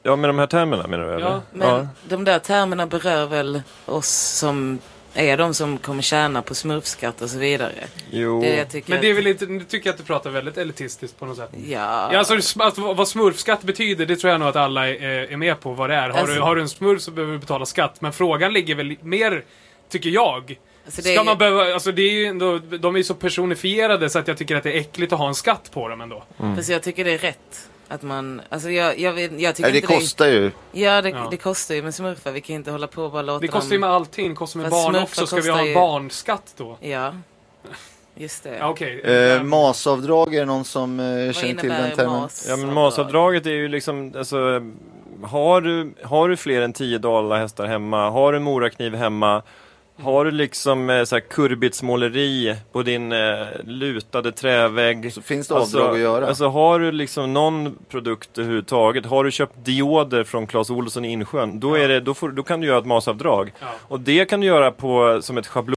Speaker 3: Ja, med de här termerna menar du? eller?
Speaker 4: Men
Speaker 3: ja.
Speaker 4: de där termerna berör väl oss som är de som kommer tjäna på smurfskatt och så vidare.
Speaker 3: Jo.
Speaker 4: Det är det jag tycker.
Speaker 2: Men det är
Speaker 4: att-
Speaker 2: väl inte, nu tycker jag att du pratar väldigt elitistiskt på något sätt.
Speaker 4: Ja.
Speaker 2: Ja, alltså, sm- att, vad vad smurfskatt betyder, det tror jag nog att alla är, är med på vad det är. Har,
Speaker 4: Alltså-
Speaker 2: du, har du en smurf så behöver du betala skatt, men frågan ligger väl mer, tycker jag,
Speaker 4: Alltså, det
Speaker 2: Ska
Speaker 4: är-
Speaker 2: man behöva, alltså det är ju ändå, de är ju så personifierade så att jag tycker att det är äckligt att ha en skatt på dem ändå.
Speaker 4: Fast jag tycker det är rätt. Att man, alltså jag, jag, vet, jag tycker
Speaker 1: Nej, Äh, det
Speaker 4: inte
Speaker 1: kostar ju.
Speaker 4: det, ja, det,
Speaker 2: Ja.
Speaker 4: det kostar ju med smurfar. Vi kan ju inte hålla på och bara låta
Speaker 2: Det kostar ju
Speaker 4: dem...
Speaker 2: med allting, det kostar med
Speaker 4: Fast
Speaker 2: barn
Speaker 4: smurfar
Speaker 2: också. Ska vi
Speaker 4: kostar
Speaker 2: ha
Speaker 4: ju-
Speaker 2: en barnskatt då?
Speaker 4: Ja. Just det.
Speaker 2: Ja, okej.
Speaker 1: Eh,
Speaker 2: Ehm,
Speaker 1: masavdrag, är det någon som eh,
Speaker 4: Vad
Speaker 1: känner till
Speaker 4: innebär
Speaker 1: den termen?
Speaker 4: mas-
Speaker 3: ja, men masavdraget är ju liksom, alltså, har du, har du fler än 10 dollar hästar hemma, har du morakniv hemma, har du liksom eh, så här kurbitsmåleri på din eh, lutade trävägg?
Speaker 1: Så finns det avdrag att göra.
Speaker 3: Alltså har du liksom någon produkt överhuvudtaget, har du köpt dioder från Clas Ohlson i Insjön, då, är det, då, får, då kan du göra ett masavdrag.
Speaker 2: Ja.
Speaker 3: Och det kan du göra på, som ett schablon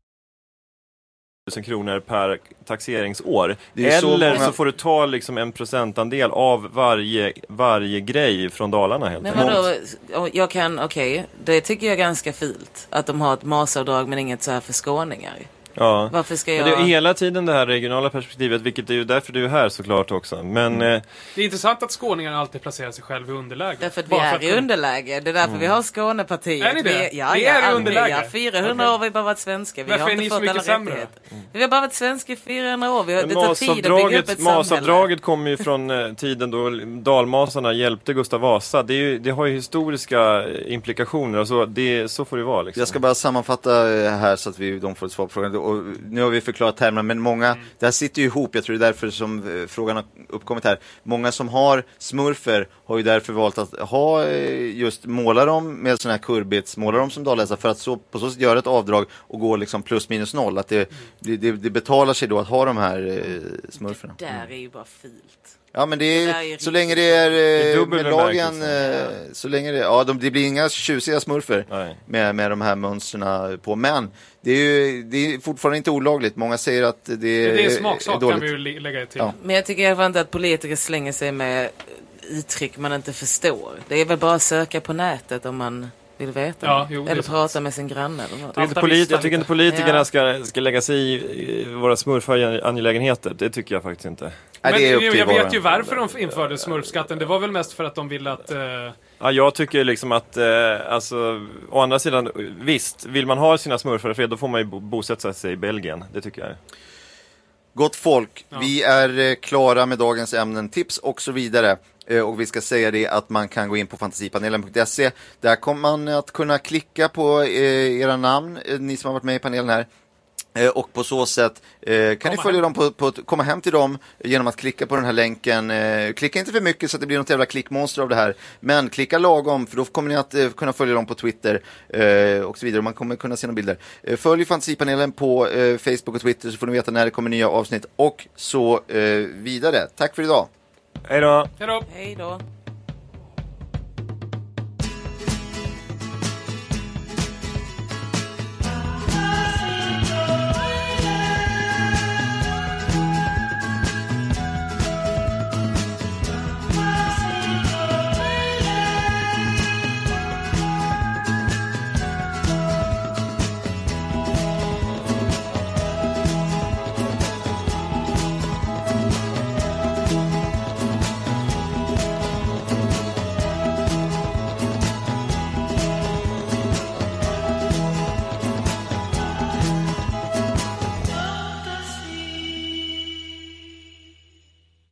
Speaker 3: 1000 kronor per taxeringsår.
Speaker 1: Det är så
Speaker 3: Eller så,
Speaker 1: många-
Speaker 3: får du ta liksom en procentandel av varje, varje grej från Dalarna helt
Speaker 4: Men
Speaker 3: enkelt.
Speaker 4: vadå, och jag kan, okej, det tycker jag är ganska filt. Att de har ett masavdrag men inget så här för skåningar.
Speaker 3: Ja.
Speaker 4: Varför ska
Speaker 3: Men det är
Speaker 4: jag...
Speaker 3: hela tiden det här regionala perspektivet, vilket är ju därför du är här såklart också. Men
Speaker 1: Mm.
Speaker 3: eh,
Speaker 2: det är intressant att skåningarna alltid placerar sig själv i underläge.
Speaker 4: Därför att vi
Speaker 2: Bara
Speaker 4: är
Speaker 2: att
Speaker 4: i
Speaker 2: kunna- Mm.
Speaker 4: underläge. Det är därför vi har Skånepartiet.
Speaker 2: Är ni det?
Speaker 4: Vi, ja,
Speaker 2: Ni
Speaker 4: ja,
Speaker 2: är i
Speaker 4: alltid.
Speaker 2: underläge?
Speaker 4: Ja, 400 år har vi bara varit svenska. Vi
Speaker 2: Varför
Speaker 4: har
Speaker 2: är
Speaker 4: inte
Speaker 2: ni så
Speaker 4: fått
Speaker 2: mycket
Speaker 4: alla
Speaker 2: sämre? Mm.
Speaker 4: rättigheter. Vi har bara varit svenska i 400 år. Vi har, det tar tid att bygga upp
Speaker 3: Masavdraget,
Speaker 4: ett samhälle.
Speaker 3: masavdraget kommer ju från eh, tiden då dalmasarna hjälpte Gustav Vasa. Det, är ju, det har ju historiska eh, implikationer och så, det, så får det vara. Liksom.
Speaker 1: Jag ska bara sammanfatta eh, här så att vi, de får ett svar på frågan. Och nu har vi förklarat termerna, men många, det här sitter ju ihop, jag tror det är därför som eh, frågan har uppkommit här. Många som har smurfer har ju därför valt att ha eh, just måla dem med sådana här kurbits, måla dem som dalhästar för att så, på så sätt göra ett avdrag och gå liksom plus minus noll. Att det, det, det, det betalar sig då att ha de här eh, smurferna.
Speaker 4: Det
Speaker 3: Mm.
Speaker 4: där är ju bara filt.
Speaker 1: Ja men det är,
Speaker 4: Det där är ju
Speaker 1: så länge det är
Speaker 3: I
Speaker 1: eh,
Speaker 3: dubbel
Speaker 1: med lagen,
Speaker 3: bemärkelse.
Speaker 1: eh, så länge det, ja de, det blir inga tjusiga smurfer
Speaker 3: Nej.
Speaker 1: med, med de här mönstren på. Men det är ju det är fortfarande inte olagligt. Många säger att det,
Speaker 2: Men Det är
Speaker 1: är
Speaker 2: smaksak kan
Speaker 1: dåligt.
Speaker 2: vi ju lä- lägga till.
Speaker 1: Ja.
Speaker 4: Men jag tycker i alla fall inte att politiker slänger sig med uttryck man inte förstår. Det är väl bara att söka på nätet om man vill veta.
Speaker 2: Ja, jo, det är
Speaker 4: eller
Speaker 2: sant.
Speaker 4: prata med sin granne. Eller
Speaker 3: Jag
Speaker 4: något.
Speaker 3: tycker inte polit, jag tycker inte politikerna
Speaker 4: Ja.
Speaker 3: ska, ska lägga sig i eh, våra smurfangelägenheter. Det tycker jag faktiskt inte.
Speaker 1: Nej, det är upp
Speaker 2: men
Speaker 1: till
Speaker 2: jag
Speaker 1: var och
Speaker 2: vet ju
Speaker 1: en.
Speaker 2: varför de införde smurfskatten. Det var väl mest för att de ville att... eh,
Speaker 3: Ja, jag tycker liksom att, eh, alltså, å andra sidan, visst, vill man ha sina smurfar i fred, då får man ju bo- bosätta sig i Belgien. Det tycker jag.
Speaker 1: Gott folk, vi är eh, klara med dagens ämnen, tips och så vidare. Eh, Och vi ska säga det att man kan gå in på fantasipanelen.se. Där kommer man att kunna klicka på eh, era namn, eh, ni som har varit med i panelen här. Eh, Och på så sätt eh, kan ni följa dem på, på, att komma hem till dem genom att klicka på den här länken. Eh, klicka inte för mycket så att det blir något jävla klickmonster av det här. Men klicka lagom för då kommer ni att eh, kunna följa dem på Twitter eh, och så vidare. Och Man kommer kunna se några bilder. Eh, följ fantasipanelen på eh, Facebook och Twitter så får ni veta när det kommer nya avsnitt och så eh, vidare. Tack för idag.
Speaker 3: Hej då!
Speaker 2: Hejdå!
Speaker 4: Hej då.